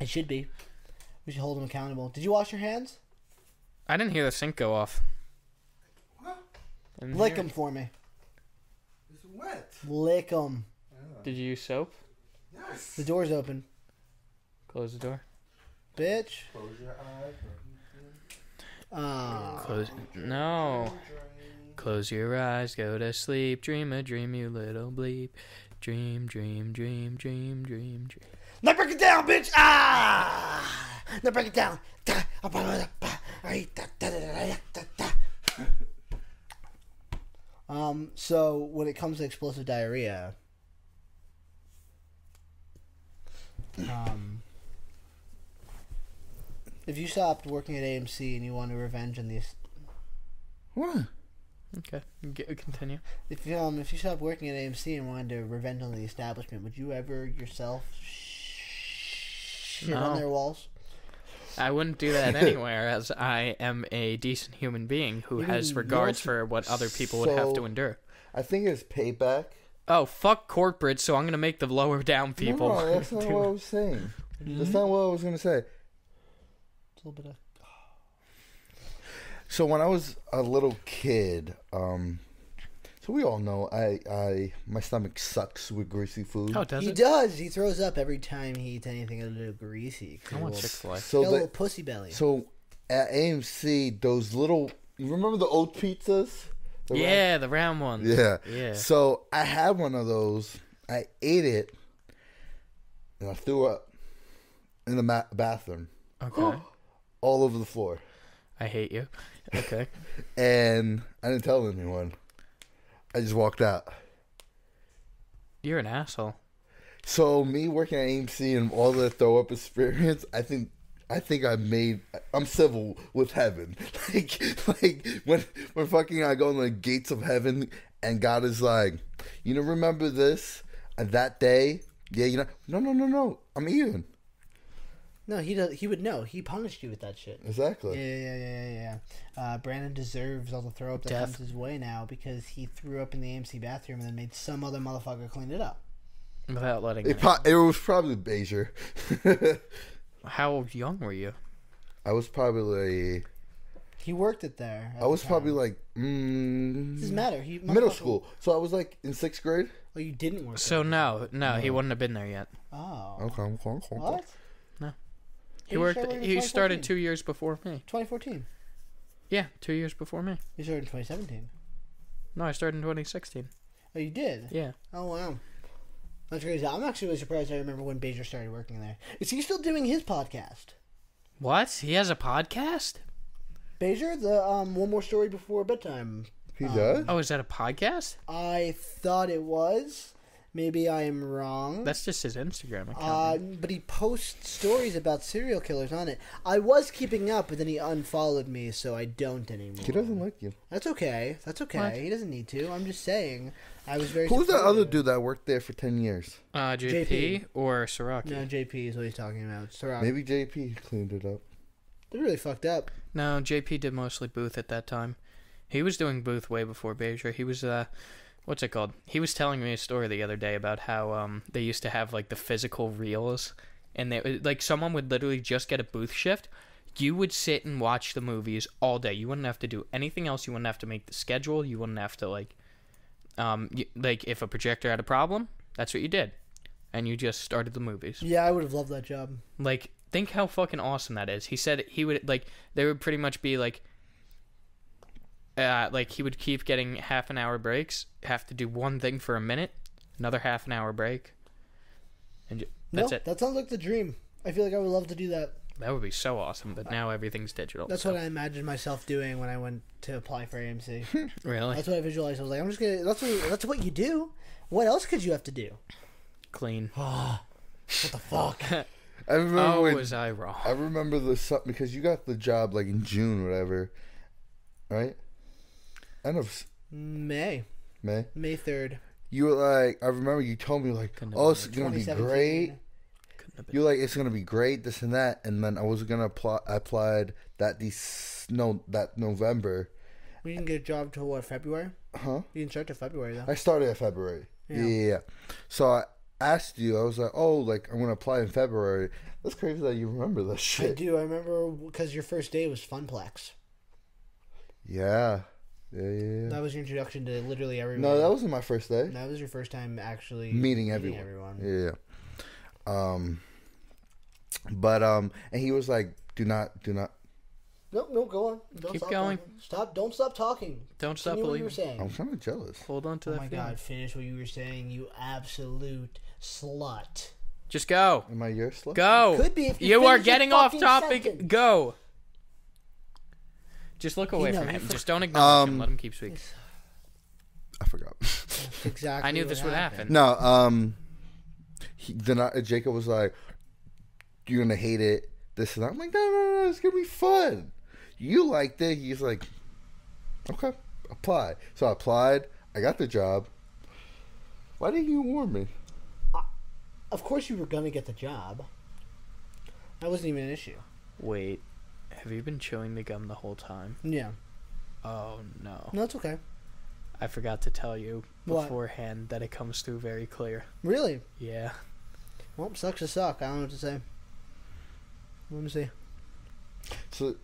B: It should be. We should hold him accountable. Did you wash your hands?
A: I didn't hear the sink go off. And
B: Lick
A: here-
B: them for me.
C: It's wet.
B: Lick them.
A: Did you use soap?
C: Yes.
B: The door's open.
A: Close the door.
B: Bitch.
C: Close your eyes.
B: Ah.
A: Close. No. Close your eyes, go to sleep, dream a dream, you little bleep. Dream, dream, dream, dream, dream, dream.
B: Now break it down, bitch. Ah. Now break it down. Um. So when it comes to explosive diarrhea, um, if you stopped working at AMC and you wanted revenge on these
C: What?
A: Okay, G- continue.
B: If you um if you stopped working at AMC and wanted to revenge on the establishment, would you ever yourself sh- shit on
A: No.
B: their walls?
A: I wouldn't do that anywhere, as I am a decent human being who has
B: mean,
A: regards
C: you're
A: for what other people would have
C: so-
A: to endure.
C: I think it's payback.
A: Oh, fuck corporate, so I'm gonna make the lower down people.
C: No, that's not
A: do-
C: what I was saying. That's not what I was gonna say.
B: It's a little bit of
C: So when I was a little kid, um, so we all know I, I my stomach sucks with greasy food.
A: oh, does
B: he
A: it?
B: does. He throws up every time he eats anything a little greasy.
A: I
B: Got a
A: want
B: little-
A: Chick Fil A.
C: so
B: got a little
C: that,
B: pussy belly.
C: so at AMC, those little you remember the old pizzas? The round-
A: Yeah, the round one.
C: yeah,
A: yeah.
C: So I had one of those. I ate it, and I threw up in the ma- bathroom,
A: Okay.
C: all over the floor,
A: I hate you. Okay.
C: and I didn't tell anyone. I just walked out.
A: You're an asshole.
C: So me working at AMC and all the throw up experience, I think I think I made I'm civil with heaven. Like like when when fucking I go in the gates of heaven and God is like, you know, remember this and that day? Yeah, you know, no, no, no, no, I'm even
B: no, he does. He would know. He punished you with that shit. Yeah,
C: exactly.
B: yeah, yeah, yeah. yeah. Uh, Brandon deserves all the throw up that
A: Death.
B: comes his way now because he threw up in the AMC bathroom and then made some other motherfucker clean it up.
A: Without letting.
C: It,
A: It
C: pro- it was probably Bezier.
A: How young were you?
C: I was probably
B: He worked it there. at
C: I
B: the
C: was
B: time.
C: probably like mm,
B: Doesn't matter. He
C: middle
B: motherfucker-
C: school, so I was like in sixth grade.
B: Oh, you didn't work.
A: So no, no, he wouldn't have been there yet.
B: Oh.
C: Okay, okay, okay.
B: What?
A: No.
B: Are
A: He
B: you
A: worked.
B: sure we're in
A: he started
B: 2014?
A: two years before me.
B: 2014.
A: Yeah, two years before me.
B: You started in 2017.
A: No, I started in 2016.
B: Oh, you did?
A: Yeah.
B: Oh, wow. That's crazy. I'm actually really surprised I remember when Bejer started working there. Is he still doing his podcast?
A: What? He has a podcast?
B: Bejer, the um, One More Story Before Bedtime.
C: He does.
A: Oh, is that a podcast?
B: I thought it was. Maybe I am wrong.
A: That's just his Instagram account.
B: Uh, but he posts stories about serial killers on it. I was keeping up, but then he unfollowed me, so I don't anymore.
C: He doesn't like you.
B: That's okay. That's okay.
A: What?
B: He doesn't need to. I'm just saying. I was very.
C: Who's that other
B: supportive.
C: dude that worked there for ten years?
A: Uh, JP,
B: JP.
A: or Siraki?
B: No, JP is what he's talking about. Sorok.
C: Maybe JP cleaned it up.
B: They're really fucked up.
A: No, JP did mostly Booth at that time. He was doing Booth way before Bezier. He was uh what's it called? He was telling me a story the other day about how um they used to have like the physical reels and they like someone would literally just get a booth shift. You would sit and watch the movies all day. You wouldn't have to do anything else. You wouldn't have to make the schedule. You wouldn't have to like um y like if a projector had a problem, that's what you did. And you just started the movies.
B: Yeah, I would have loved that job.
A: Like, think how fucking awesome that is. He said he would like there would pretty much be like, uh, like he would keep getting half an hour breaks, have to do one thing for a minute, another half an hour break, and ju- that's
B: no,
A: it.
B: That sounds like the dream. I feel like I would love to do that.
A: that would be so awesome. But now everything's digital.
B: That's
A: so-
B: what I imagined myself doing when I went to apply for AMC.
A: really
B: that's what I visualized. I was like, I'm just gonna. That's what. That's what you do. What else could you have to do?
A: clean.
B: Oh, What the fuck?
C: I remember
A: Oh,
C: when,
A: was I wrong?
C: I remember the su- because you got the job like in June, or whatever, right? End of s-
B: May
C: May.
B: May third,
C: You were like, I remember you told me like,
A: Couldn't have
C: oh, it's
A: been
C: gonna be
B: 2017.
C: great.
A: Couldn't have been.
C: You were like, it's gonna be great, this and that, and then I was gonna apply. I applied that these no that November,
B: We didn't get a job till what February?
C: huh?
B: You didn't start till February though.
C: I started in February. Yeah.
B: Yeah.
C: yeah, yeah. So I asked you. I was like, oh, like I'm gonna apply in February. That's crazy that you remember that
B: I
C: shit.
B: do. I remember because your first day was Funplex.
C: Yeah. Yeah, yeah. yeah.
B: That was your introduction to literally everyone.
C: No, that wasn't my first day.
B: That was your first time actually
C: meeting everyone. Yeah. Um. But um, and he was like, "Do not, do not."
B: No, no, go on. Don't
A: Keep
B: stop
A: going.
B: Talking. Stop. Don't stop talking.
A: Don't stop
B: Continue what you were
A: believing.
B: saying.
C: I'm kind of jealous.
A: Hold on to
B: oh
A: that.
B: my
A: feeling.
B: god! Finish what you were saying. You absolute slut.
A: Just go.
C: Am I your slut?
A: Go.
B: Could be if you
A: you are
B: finish your
A: getting off
B: fucking
A: topic.
B: sentence.
A: Go. Just look away
B: know,
A: from
B: you
A: him.
B: fuck-
A: Just don't acknowledge him.
C: Um,
A: Let him keep speaking.
C: I forgot.
B: Exactly.
A: I knew
B: what
A: this would happen.
C: no. Um. He, then I, Jacob was like, "You're gonna hate it." This and that. I'm like, "No, no, no. It's gonna be fun. You liked it." He's like, "Okay, apply." So I applied. I got the job. Why didn't you warn me?
B: Of course, you were gonna get the job. That wasn't even an issue.
A: Wait. Have you been chewing the gum the whole time?
B: Yeah.
A: Oh no.
B: No, it's okay.
A: I forgot to tell you
B: What?
A: beforehand that it comes through very clear.
B: Really?
A: Yeah.
B: Well, sucks to suck. I don't know what to say. Let me see.
C: So,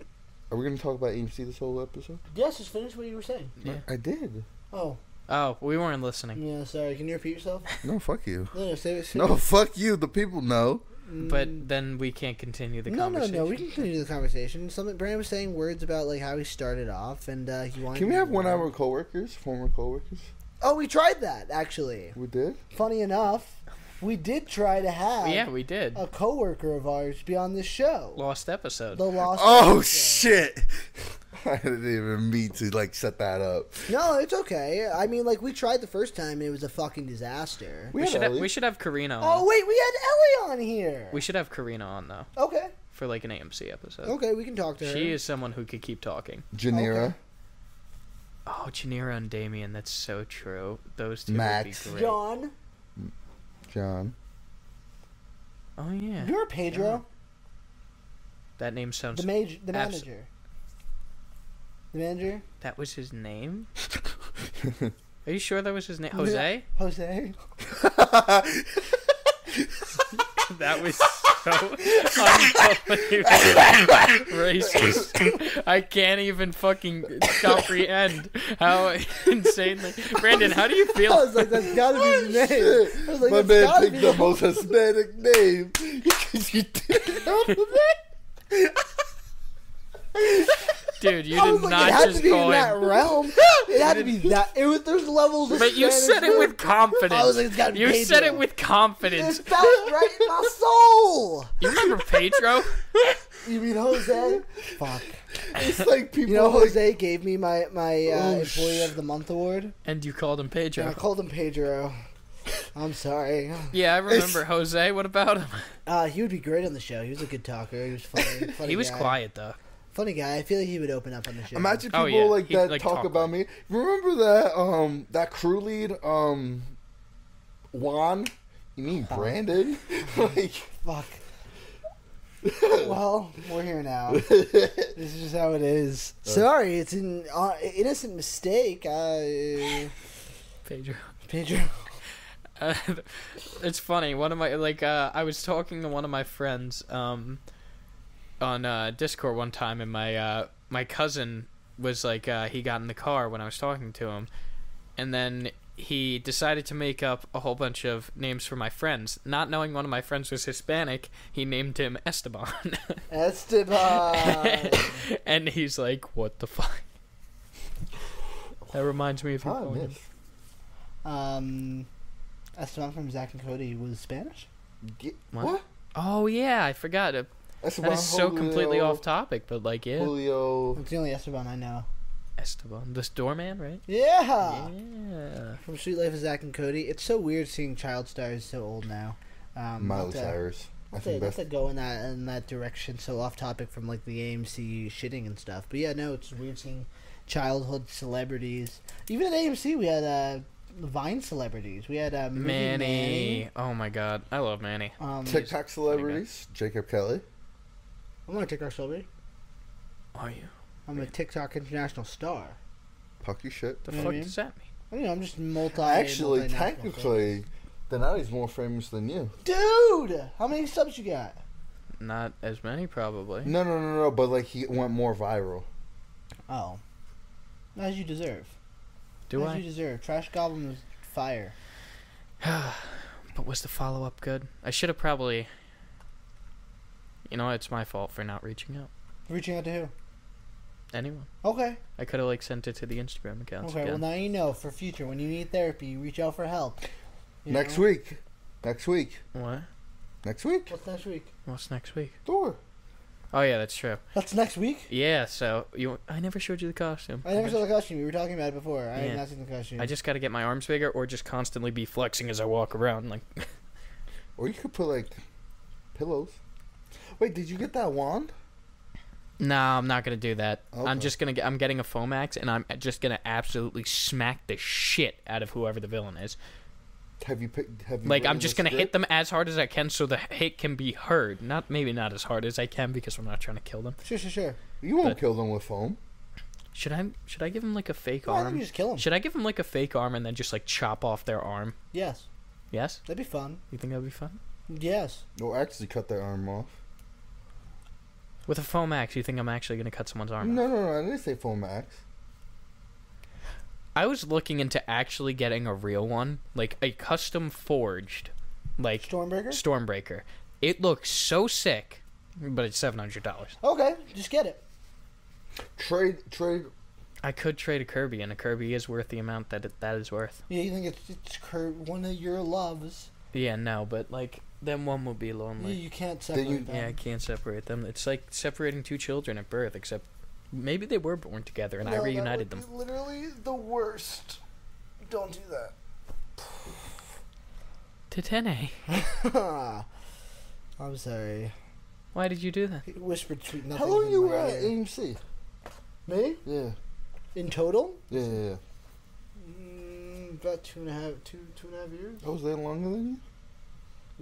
C: are we gonna talk about AMC this whole episode?
B: Yes, just finish what you were saying.
A: Yeah.
C: I did.
B: Oh,
A: Oh, we weren't listening.
B: yeah. Sorry. Can you repeat yourself?
C: No, fuck you.
B: No, no. Say, say,
C: No, fuck you. The people know.
A: But then we can't continue the
B: no, no,
A: conversation.
B: no. We can continue the conversation. Something Brandon was saying words about like how he started off, and uh, he wanted.
C: Can we
B: to
C: have
B: do
C: one
B: more.
C: hour coworkers, former coworkers?
B: Oh, we tried that actually.
C: We did.
B: Funny enough, we did try to have
A: yeah, we did.
B: a coworker of ours be on this show.
A: Lost episode.
B: The lost.
C: Oh
B: Episode.
C: shit! I didn't even mean to like set that up.
B: No, it's okay. I mean, like we tried the first time, and it was a fucking disaster.
A: we,
C: had
A: should have,
C: Ellie.
A: we should have Karina on.
B: Oh wait, we had Ellie on here.
A: Uh-huh. we should have Karina on though
B: okay,
A: for like an AMC episode.
B: okay, we can talk to her.
A: She is someone who could keep talking.
C: Janira.
B: Okay.
A: Oh, Janira and Damien, that's so true. Those two
C: Max.
A: would be great.
B: John.
C: John.
A: Oh yeah.
B: You're Pedro,
A: That name sounds
B: the maj- the
A: Abs-
B: manager. The manager,
A: That was his name? Are you sure that was his name? Jose?
B: Jose.
A: that was so unbelievable racist. I can't even fucking comprehend how insanely Brandon, how do you
B: I
A: feel?
B: was like, that's gotta be his name.
C: Oh, Shit.
B: I was like,
C: My
B: that's
C: man
B: gotta
C: picked
B: be
C: the
B: his-
C: most Hispanic name because you didn't know that.
A: Dude, you
B: I was
A: did
B: like,
A: not
B: it had to
A: just
B: be in
A: call
B: that
A: him.
B: realm. It had to be that. It was there's levels. Of
A: But you
B: Spanish
A: said it
B: there.
A: with confidence.
B: I was like, it's gotta be
A: you
B: Pedro.
A: said it with
B: It
A: confidence.
B: felt right in my soul.
A: You remember Pedro?
B: You mean Jose? Fuck.
C: It's like people.
B: You know,
C: like,
B: Jose gave me my my uh,
C: Oh,
B: employee
C: sh-
B: of the month award,
A: And you called him
B: and I
A: Pedro.
B: called him Pedro. I'm sorry.
A: Yeah, I remember Jose. What about him?
B: Uh, he would be great on the show. He was a good talker. He was funny. funny
A: He was
B: guy.
A: quiet though.
B: Funny guy. I feel like he would open up on the show.
C: Imagine people
A: Oh, yeah.
C: like
A: He,
C: that
A: like,
C: talk,
A: talk
C: about me. Remember that um that crew lead um Juan? You mean Brandon? like
B: Fuck. well, we're here now. This is just how it is. Sorry, it's an uh, innocent mistake. Uh,
A: Pedro.
B: Pedro.
A: Uh, it's funny. One of my like uh, I was talking to one of my friends um, on uh, Discord one time, and my uh, my cousin was like uh, he got in the car when I was talking to him, and then he decided to make up a whole bunch of names for my friends, not knowing one of my friends was Hispanic. He named him Esteban,
B: Esteban.
A: and he's like, "What the fuck." That reminds me of you
C: Ah,
A: calling him.
C: miss.
B: um, Esteban from Zach and Cody was Spanish.
C: Get-
A: What?
C: what?
A: Oh yeah, I forgot. Uh,
C: That's
A: That is so completely off topic, but like, yeah,
C: Julio.
B: It's the only Esteban I know.
A: Esteban, this doorman, right?
B: Yeah.
A: yeah.
B: From Sweet Life of Zach and Cody. It's so weird seeing child stars so old now. Um,
C: Miley
B: not to-
C: Cyrus. I
B: Not to,
C: think
B: not
C: that's
B: to go in that in that direction, so off topic from like the AMC shitting and stuff. But yeah, no, it's weird seeing childhood celebrities. Even at AMC, we had uh, Vine celebrities. We had uh, Mickey
A: Manny. Oh my god, I love Manny.
B: Manning. Um,
C: TikTok celebrities. Jacob Kelly.
B: I'm on a TikTok celebrity.
A: Are you?
B: I'm a TikTok international star.
C: Pucky shit.
A: The
B: You know
A: fuck
B: what I mean?
A: does that mean?
B: I mean, I'm just multi.
C: Actually,
B: multinational.
C: technically, Donati's more famous than you.
B: dude, how many subs you got?
A: Not as many, probably.
C: No, no, no, no. But like he went more viral.
B: Oh, As you deserve.
A: Do
B: As
A: I?
B: you deserve. Trash Goblin was fire.
A: But was the follow up good? I should have probably. You know, it's my fault for not reaching out.
B: Reaching out to who?
A: Anyone.
B: Okay.
A: I could have, like, sent it to the Instagram accounts
B: okay.
A: again.
B: Well, now you know for future when you need therapy, you reach out for help. You
C: Next
B: know?
C: week. Next week.
A: what?
C: Next week.
B: What's next week?
A: What's next week?
C: Thor.
A: Oh, yeah, that's true.
B: That's next week.
A: Yeah, so. you. I never showed you the costume.
B: I never saw the costume. We were talking about it before. I
A: Yeah.
B: had not seen the costume.
A: I just gotta get my arms bigger or just constantly be flexing as I walk around. Like,
C: Or you could put like pillows. Wait, did you get that wand?
A: nah, I'm not gonna do that.
C: Okay.
A: I'm just gonna get. I'm getting a foam axe and I'm just gonna absolutely smack the shit out of whoever the villain is.
C: Have you picked? Have you
A: Like,
C: written
A: I'm just
C: the
A: gonna hit
C: script?
A: them as hard as I can so the hit can be heard. Not maybe not as hard as I can because I'm not trying to kill them.
B: sure, sure, sure.
C: You won't
A: but-
C: kill them with foam.
A: Should I? Should I give him like a fake
B: No, I think
A: arm?
B: you just kill him.
A: Should I give him like a fake arm and then just like chop off their arm?
B: Yes,
A: Yes.
B: that'd be fun.
A: You think that'd be fun?
B: Yes,
C: Or actually cut their arm off.
A: With a foam axe, you think I'm actually gonna cut someone's arm? off?
C: No, no, no. I didn't say foam axe.
A: I was looking into actually getting a real one, like a custom forged, like
B: Stormbreaker.
A: Stormbreaker. It looks so sick, but it's seven hundred dollars.
B: Okay, just get it.
C: Trade, trade.
A: I could trade a Kirby, and a Kirby is worth the amount that it, that is worth.
B: Yeah, you think it's it's cur- one of your loves?
A: Yeah, no, but like then one will be
B: You,
A: lonely.
B: you can't separate
C: you-
B: them.
A: Yeah, I can't separate them. It's like separating two children at birth, except maybe they were born together and I
B: No, that
A: reunited them.
B: would be Literally the worst. Don't do that.
A: Titene,
B: I'm sorry.
A: why did you do that?
B: He whispered sweet nothing.
C: How long you were at
B: in,
C: AMC?
B: me?
C: Yeah,
B: In total?
C: yeah, yeah. yeah.
B: Mm, about two and a half, two, two and a half years.
C: I was there longer than you.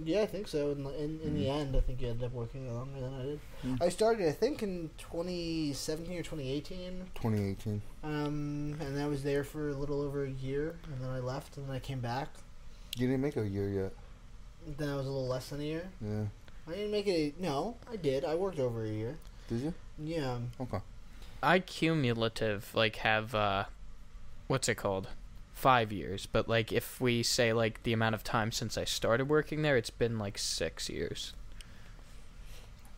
B: Yeah, I think so. In the, in, in the end, I think you ended up working there longer than I did.
C: Mm.
B: I started, I think, in 2017 or 2018,
C: 2018.
B: um, and I was there for a little over a year, and then I left, and then I came back.
C: You didn't make a year yet.
B: Then I was a little less than a year.
C: Yeah.
B: I didn't make it. A, no, I did. I worked over a year.
C: Did you?
B: Yeah.
C: Okay.
A: I cumulative like have uh what's it called? 5 years, but like if we say like the amount of time since I started working there, it's been like 6 years.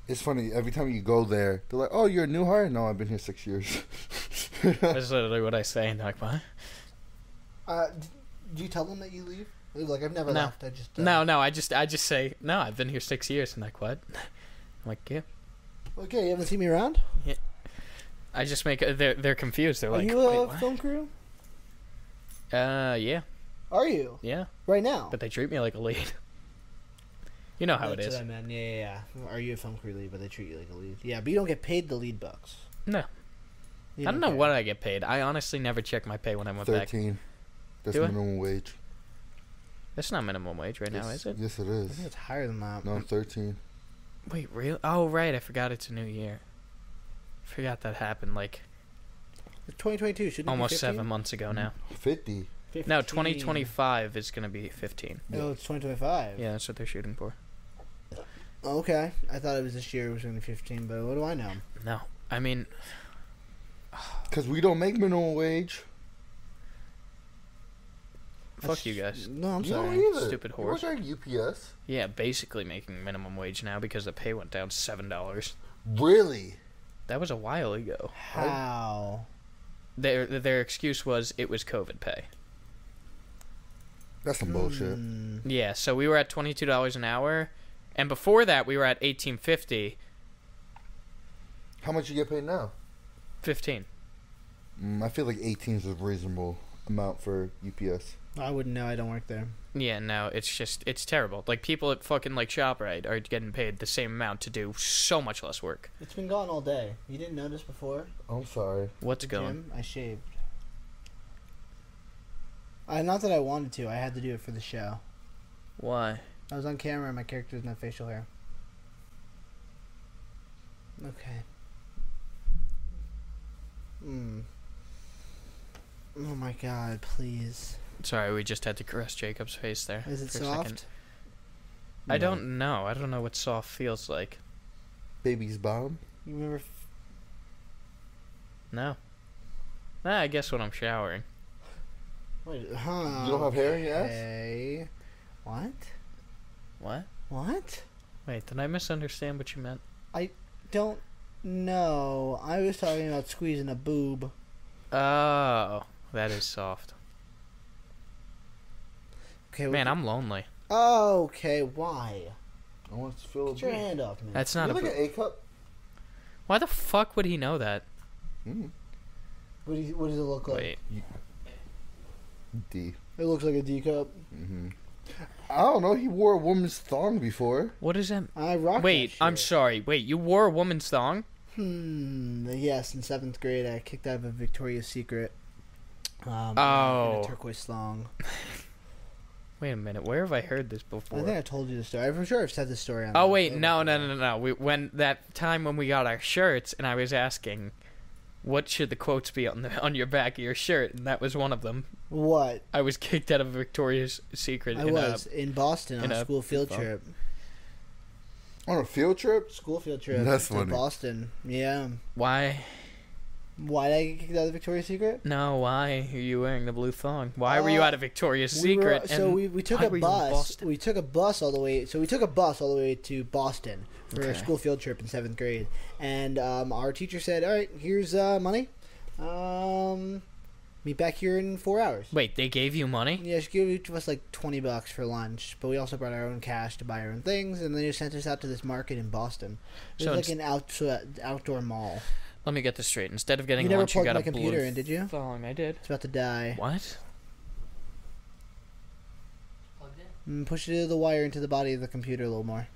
C: It's funny. Every time you go there, they're like, "Oh, you're a new hire." No, I've been here six years.
A: That's literally what I say and they're like, "What?"
B: Uh, d- do you tell them that you leave? They're Like I've never
A: No.
B: left. I just uh,
A: No, no, I just I just say, "No, I've been here 6 years." And like, "What?" I'm like, "Yeah."
B: Okay, you haven't seen me around.
A: I just make uh, they're they're confused. They're
B: Are
A: like,
B: you a
A: "Wait, what?"
B: film crew?
A: Uh, yeah,
B: Are you
A: yeah.
B: right now?
A: But they treat me like a lead. You know how
B: That's
A: it
B: what
A: is.
B: I meant. Yeah, yeah, yeah. Are you a film crew lead? But they treat you like a lead. Yeah, but you don't get paid the lead bucks.
A: No.
B: You
A: I don't know
B: care.
A: what I get paid. I honestly never check my pay when I went back.
C: Thirteen. That's
A: Do I?
C: minimum wage.
A: That's not minimum wage right now, is it?
C: Yes,
B: I
C: it
B: think
C: is.
B: it's higher than that.
C: No, thirteen.
A: Wait, real? Oh, right. I forgot it's a new year. Forgot that happened like
B: 2022 shouldn't it
A: almost
B: be Mm, 15?
A: seven months ago now.
C: Fifty.
B: 15.
A: No, 2025 is gonna be 15.
B: No, Oh, it's 2025.
A: Yeah, that's what they're shooting for.
B: Oh, Okay, I thought it was this year. It was going to be 15, but what do I know?
A: No, I mean,
C: Cause we don't make minimum wage.
A: fuck you guys.
B: No, I'm
C: you
B: sorry.
C: don't either.
A: Stupid
C: You
A: horse.
C: work at UPS.
A: Yeah, basically making minimum wage now because the pay went down seven dollars.
C: Really?
A: That was a while ago.
B: How?
A: Their their excuse was it was COVID pay.
C: That's some bullshit.
B: Hmm.
A: Yeah, so we were at twenty two dollars an hour, and before that we were at eighteen fifty.
C: How much you get paid now?
A: Fifteen.
C: Mm, I feel like 18 is a reasonable amount for UPS.
B: I wouldn't know. I don't work there.
A: Yeah, no, it's just it's terrible. Like people at fucking like Shoprite are getting paid the same amount to do so much less work.
B: It's been gone all day. You didn't notice before?
C: I'm sorry.
A: What's
B: The
A: going?
B: gym, I shaved. I not that I wanted to. I had to do it for the show.
A: Why?
B: I was on camera and my character doesn't have facial hair. Okay. Hmm. Oh my god, please.
A: Sorry, we just had to caress Jacob's face there.
B: Is it
A: for a second.
B: soft?
A: I don't know. I don't know what soft feels like.
C: Baby's bomb.
B: You remember
A: No. Ah, I guess when I'm showering.
B: Wait, huh?
C: You don't have hair in your ass?
B: Okay. What?
A: What?
B: What?
A: Wait, did I misunderstand what you meant?
B: Don't know. I was talking about squeezing a boob.
A: Oh, that is soft.
B: Okay.
A: Man, I'm lonely.
B: Okay. Why?
C: I want to feel a
B: Put your
C: bit.
B: hand off me.
A: That's
C: You
A: not a.
C: like
A: boo-
C: an A cup?
A: Why the fuck would he know that?
C: Mm.
B: What, do you, what does it look like?
A: Wait,
C: D. mm-hmm.
B: It looks like a D cup.
C: I don't know. He wore a woman's thong before.
A: what is that?
B: I rock.
A: Wait, I'm sorry. Wait, you wore a woman's thong?
B: Hmm. Yes, in seventh grade, I kicked out of a Victoria's Secret. Um, in
A: Oh.
B: a turquoise thong.
A: Wait a minute. Where have I heard this before?
B: I think I told you the story. I'm for sure I've said this story. On
A: Oh
B: the
A: wait,
B: show
A: no,
B: before.
A: no, no, no, no. We when that time when we got our shirts, and I was asking, what should the quotes be on the on your back of your shirt, and that was one of them.
B: What?
A: I was kicked out of Victoria's Secret.
B: I
A: in
B: was
A: A,
B: in Boston on
A: in
B: a
A: a
B: school field
A: thong.
B: trip.
C: On a field trip?
B: School field trip.
C: That's
B: to
C: funny.
B: Boston. Yeah.
A: why?
B: Why did I get kicked out of Victoria's Secret?
A: No, why are you wearing the blue thong? Why were you
B: Uh,
A: out of Victoria's
B: We were-
A: Secret?
B: so
A: and
B: we, we took
A: why
B: a
A: were you in
B: bus.
A: Boston?
B: We took a bus all the way. So we took a bus all the way to Boston for a
A: Okay.
B: school field trip in seventh grade. And um, our teacher said, "All right, here's uh, money. Um, meet back here in four hours."
A: Wait, they gave you money?
B: Yeah, she gave each of us like twenty bucks for lunch, but we also brought our own cash to buy our own things, and then they sent us out to this market in Boston. It
A: So
B: was like
A: it's-
B: an out, uh, outdoor mall.
A: Let me get this straight. Instead of getting
B: You never
A: lunch, you
B: plugged
A: got
B: my
A: a
B: computer
A: blue
B: in, did you?
A: thong. I did.
B: It's about to die.
A: What?
B: Mm, push it to the wire into the body of the computer a little more.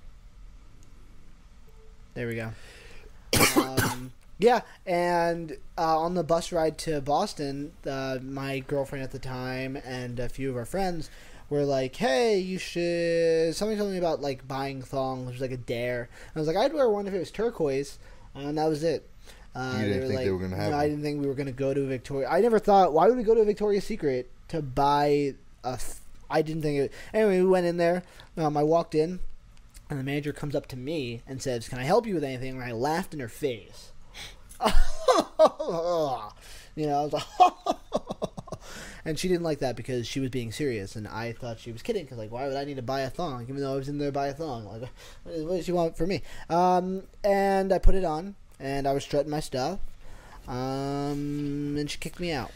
B: There we go. um, yeah, and uh, on the bus ride to Boston, uh, my girlfriend at the time and a few of our friends were like, "Hey, you should." Something told me about like buying thongs, which was like a dare. And I was like, "I'd wear one if it was turquoise," and that was it. Uh,
C: You didn't think they were gonna have
B: no, I
C: one.
B: didn't think we were gonna go to Victoria. I never thought. Why would we go to Victoria's Secret to buy a? Th- I didn't think it. Anyway, we went in there. Um, I walked in, and the manager comes up to me and says, "Can I help you with anything?" And I laughed in her face. you know, I was like, and she didn't like that because she was being serious, and I thought she was kidding. Because like, why would I need to buy a thong? Even though I was in there to buy a thong, like, what what does she want from me? Um, and I put it on, and I was strutting my stuff. Um, and she kicked me out.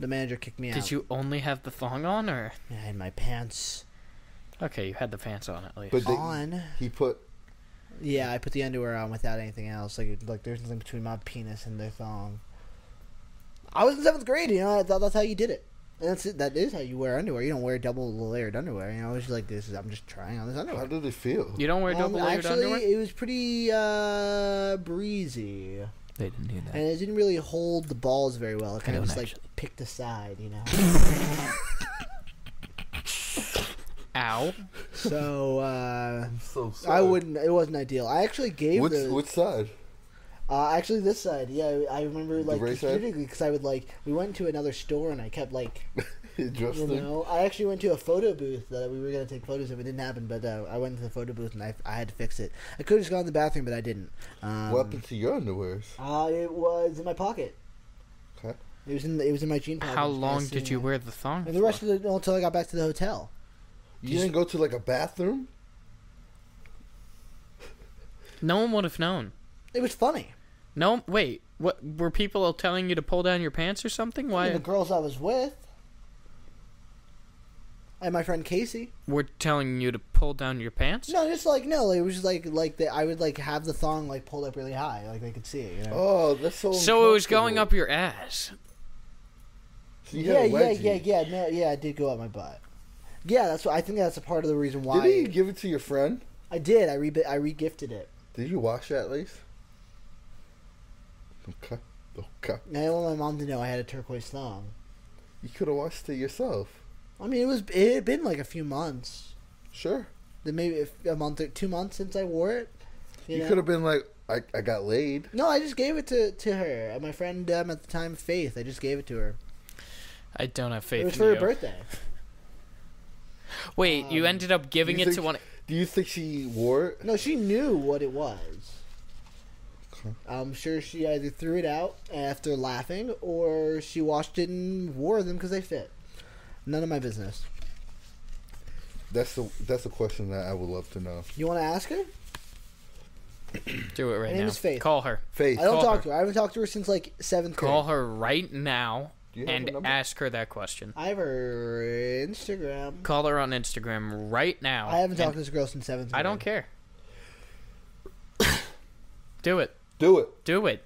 B: The manager kicked me out.
A: Did you only have the thong on, or
B: I had my pants
A: okay, you had the pants on at least?
C: But they,
B: on.
C: he put.
B: Yeah, I put the underwear on without anything else. Like, like there's nothing between my penis and their thong. I was in seventh grade, you know. I thought that's how you did it. And that's it. That is how you wear underwear. You don't wear double layered underwear. You know, I was just like, this is. I'm just trying on this
C: How
B: underwear.
C: did it feel?
A: you don't wear
B: Um,
A: double layered
B: actually,
A: underwear.
B: it was pretty uh, breezy,
A: They didn't do
B: and it didn't really hold the balls very well. It kind of
A: don't
B: was like
A: actually.
B: picked aside, you know.
A: Ow!
B: so uh,
C: So
B: I wouldn't. It wasn't ideal. I actually gave
C: Which,
B: the.
C: which side?
B: Uh, actually, this side. Yeah, I remember like
C: right side?
B: specifically because I would like we went to another store and I kept like
C: He dressed
B: you
C: him.
B: know I actually went to a photo booth that we were gonna take photos of. It didn't happen, but uh, I went to the photo booth and I, I had to fix it. I could have just gone to the bathroom, but I didn't. Um,
C: What happened to your underwears?
B: Uh, it was in my pocket.
C: Okay.
B: It was in the, it was in my jean pocket.
A: How
B: It was
A: long
B: just
A: did
B: sitting
A: you
B: there.
A: wear the thong?
B: And the rest of the until I got back to the hotel.
C: You didn't go to like a bathroom?
A: for? no one would have known.
B: It was funny.
A: No, wait. What were people telling you to pull down your pants or something?
B: I mean,
A: Why
B: the girls I was with, and my friend Casey.
A: were telling you to pull down your pants?
B: No, just like no, it was just like like the, I would like have the thong like pulled up really high, like they could see it. You know?
C: Oh, that's so.
A: So it was going up
C: uncomfortable.
A: your ass.
C: So you
B: yeah,
C: had a
B: yeah,
C: wedgie.
B: yeah, yeah. No, yeah, I did go up my butt. Yeah, that's what I think that's a part of the reason why
C: Did he give it to your friend?
B: I did. I re I regifted it.
C: Did you wash that at least? Okay. Okay.
B: And I want my mom to know I had a turquoise thong.
C: You could have washed it yourself.
B: I mean, it was it had been like a few months,
C: Sure.
B: then maybe if- a month or two months since I wore it.
C: You,
B: You, know?
C: could have been like, I, I got laid.
B: No, I just gave it to to her. And My friend um, at the time, Faith. I just gave it to her.
A: I don't have faith
B: It was
A: in
B: for Um, her
A: you.
B: birthday.
A: Wait, you ended up giving
C: You
A: it
C: think-
A: to one.
C: Do you think she wore it?
B: No, she knew what it was. I'm sure she either threw it out after laughing or she washed it and wore them because they fit. None of my business.
C: That's the that's a question that I would love to know.
B: You want to ask her?
A: Do it right
B: name
A: now.
B: is Faith.
A: Call her.
C: Faith,
B: I don't
A: Call
B: talk
A: her.
B: to her. I haven't talked to her since like seventh grade.
A: Call her right now
C: Do you have her
A: and
C: number?
A: ask her that question.
B: I have her Instagram.
A: Call her on Instagram right now.
B: I
A: Uh,
B: haven't
A: and
B: talked to this girl since seventh grade.
A: I don't care. Do it.
C: do it,
A: Do it.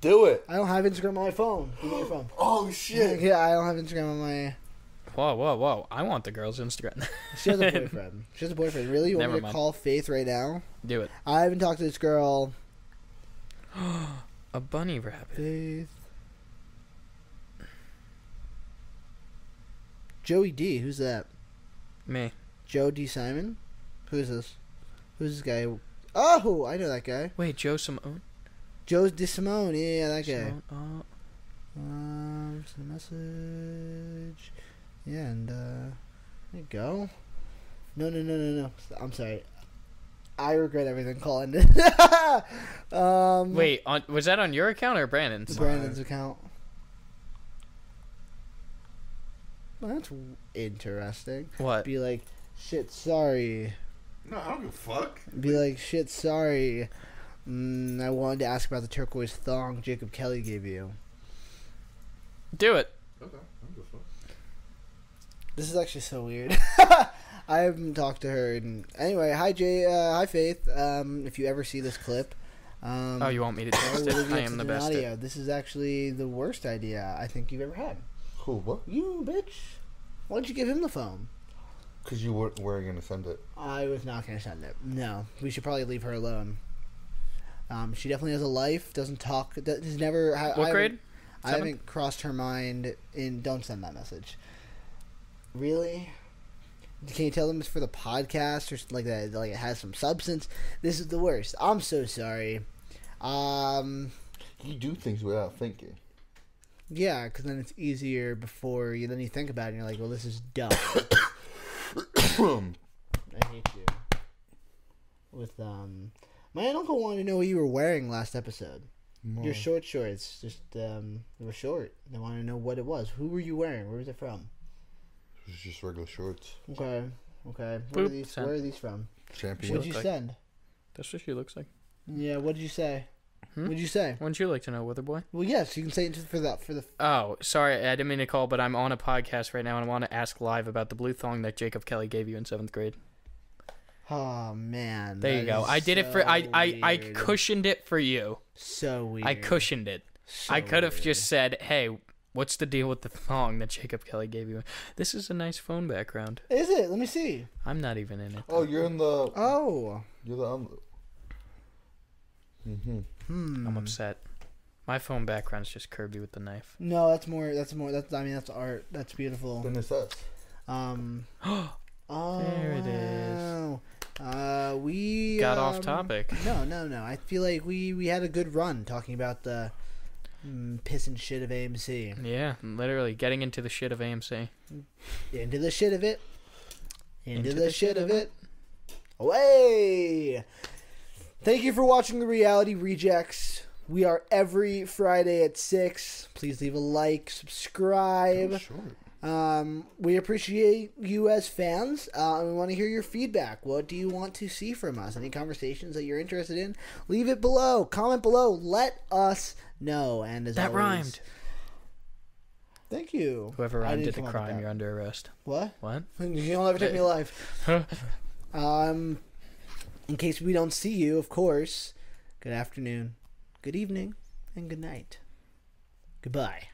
C: do it.
B: I don't have Instagram on my phone. Give me your phone.
C: Oh shit!
B: Yeah, I don't have Instagram on my.
A: Whoa, whoa, whoa. I want the girl's Instagram.
B: She has a boyfriend. she has a boyfriend. Really? You want
A: Never
B: me to
A: mind.
B: call Faith right now?
A: Do it.
B: I haven't talked to this girl.
A: A bunny rabbit.
B: Faith. Joey D. Who's that?
A: Me.
B: Joe D. Simon. Who is this? Who's this guy? Oh, I know that guy.
A: Wait, Joe Simone?
B: Joe D. Simone. Yeah, that guy.
A: Simone? Oh,
B: Um, send a message. Yeah, and uh, there you go. No, no, no, no, no. I'm sorry. I regret everything calling it. um,
A: Wait, on, was that on your account or Brandon's?
B: Brandon's account. Well, that's w- interesting.
A: What?
B: Be like, shit, sorry.
C: No, I don't give a fuck.
B: Be like, shit, sorry. Mm, I wanted to ask about the turquoise thong Jacob Kelly gave you.
A: Do it.
C: Okay, I don't give a fuck.
B: This is actually so weird. I haven't talked to her. And anyway, hi Jay, uh, hi Faith. Um, if you ever see this clip, um,
A: Oh, you want me to text
B: will leave
A: it?
B: you
A: I
B: up to
A: am the
B: do an
A: best.
B: Audio.
A: at-
B: This is actually the worst idea I think you've ever had.
C: Who? What?
B: You bitch! Why'd you give him the phone?
C: Because you weren't wearing gonna send it.
B: I was not gonna send it. No, we should probably leave her alone. Um, she definitely has a life. Doesn't talk. does- Has never. I, I
A: What
B: haven't-
A: grade?
B: I
A: Seventh?
B: haven't crossed her mind in don't send that message. Really? Can you tell them it's for the podcast or something like that? Like it has some substance. This is the worst. I'm so sorry. Um,
C: You do things without thinking.
B: yeah, because then it's easier before you. Then you think about it, and you're like, well, this is dumb. I hate you. With um, my aunt and uncle wanted to know what you were wearing last episode. Your
C: Hmm.
B: short shorts, just um, they were short. They wanted to know what it was. Who were you wearing? Where was it from?
C: It's just regular shorts.
B: Okay. Okay. Where are
A: Boop.
B: these?
A: Sent.
B: Where are these from?
C: Champion.
A: looked
B: What'd you
A: like-
B: send?
A: That's what she looks like.
B: Yeah. What did you say?
A: Hmm?
B: What'd you say?
A: Wouldn't you like to know, Wither Boy?
B: Well, yes, you can say it just for that for the.
A: Oh, sorry, I didn't mean to call, but I'm on a podcast right now and I want to ask live about the blue thong that Jacob Kelly gave you in seventh grade.
B: Oh man.
A: There
B: that
A: you go.
B: is
A: I did it for I
B: so
A: I, I
B: weird.
A: cushioned it for you.
B: So weird.
A: I cushioned it. I could have just said, "Hey, what's the deal with the thong that Jacob Kelly gave you?" This is a nice phone background.
B: Is it? Let me see.
A: I'm not even in it.
C: Oh, you're in the.
B: Oh.
C: You're the. Um,
B: hmm.
A: I'm upset. My phone background's just Kirby with the knife.
B: No, that's more. That's more. That's. I mean, that's art. That's beautiful.
C: then it's us.
B: Um. oh.
A: There it is.
B: wow. Uh, we
A: Got off
B: um,
A: topic.
B: No, no, no. I feel like we we had a good run talking about the mm, piss and shit of AMC.
A: Yeah, literally getting into the shit of AMC.
B: Into the shit of it. Into,
A: Into
B: the,
A: the
B: shit of it. Away! Thank you for watching the Reality Rejects. We are every Friday at 6. Please leave a like, subscribe.
C: Short.
B: Um, we appreciate you as fans. Uh, and we want to hear your feedback. What do you want to see from us? Any conversations that you're interested in? Leave it below. Comment below. Let us know. And as
A: That
B: always-
A: rhymed.
B: Thank you.
A: Whoever
B: I
A: rhymed
B: didn't
A: did the
B: come up with
A: crime,
B: that.
A: you're under arrest.
B: What?
A: What?
B: You'll never take me alive. um, in case we don't see you, of course. Good afternoon, good evening, and good night. Goodbye.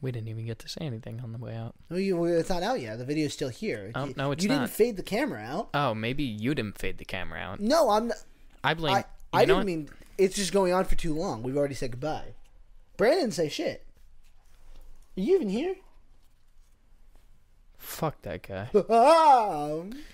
A: We didn't even get to say anything on the way out.
B: Oh, you, well, it's not out yet. The video's still here.
A: Oh,
B: You-
A: no, it's
B: You
A: not.
B: didn't fade the camera out.
A: Oh, maybe you didn't fade the camera out.
B: No, I'm. Not,
A: I blame.
B: I,
A: you
B: I
A: know
B: didn't
A: what?
B: mean. It's just going on for too long. We've already said goodbye. Brandon, say shit. Are you even here?
A: Fuck that guy.
B: Um,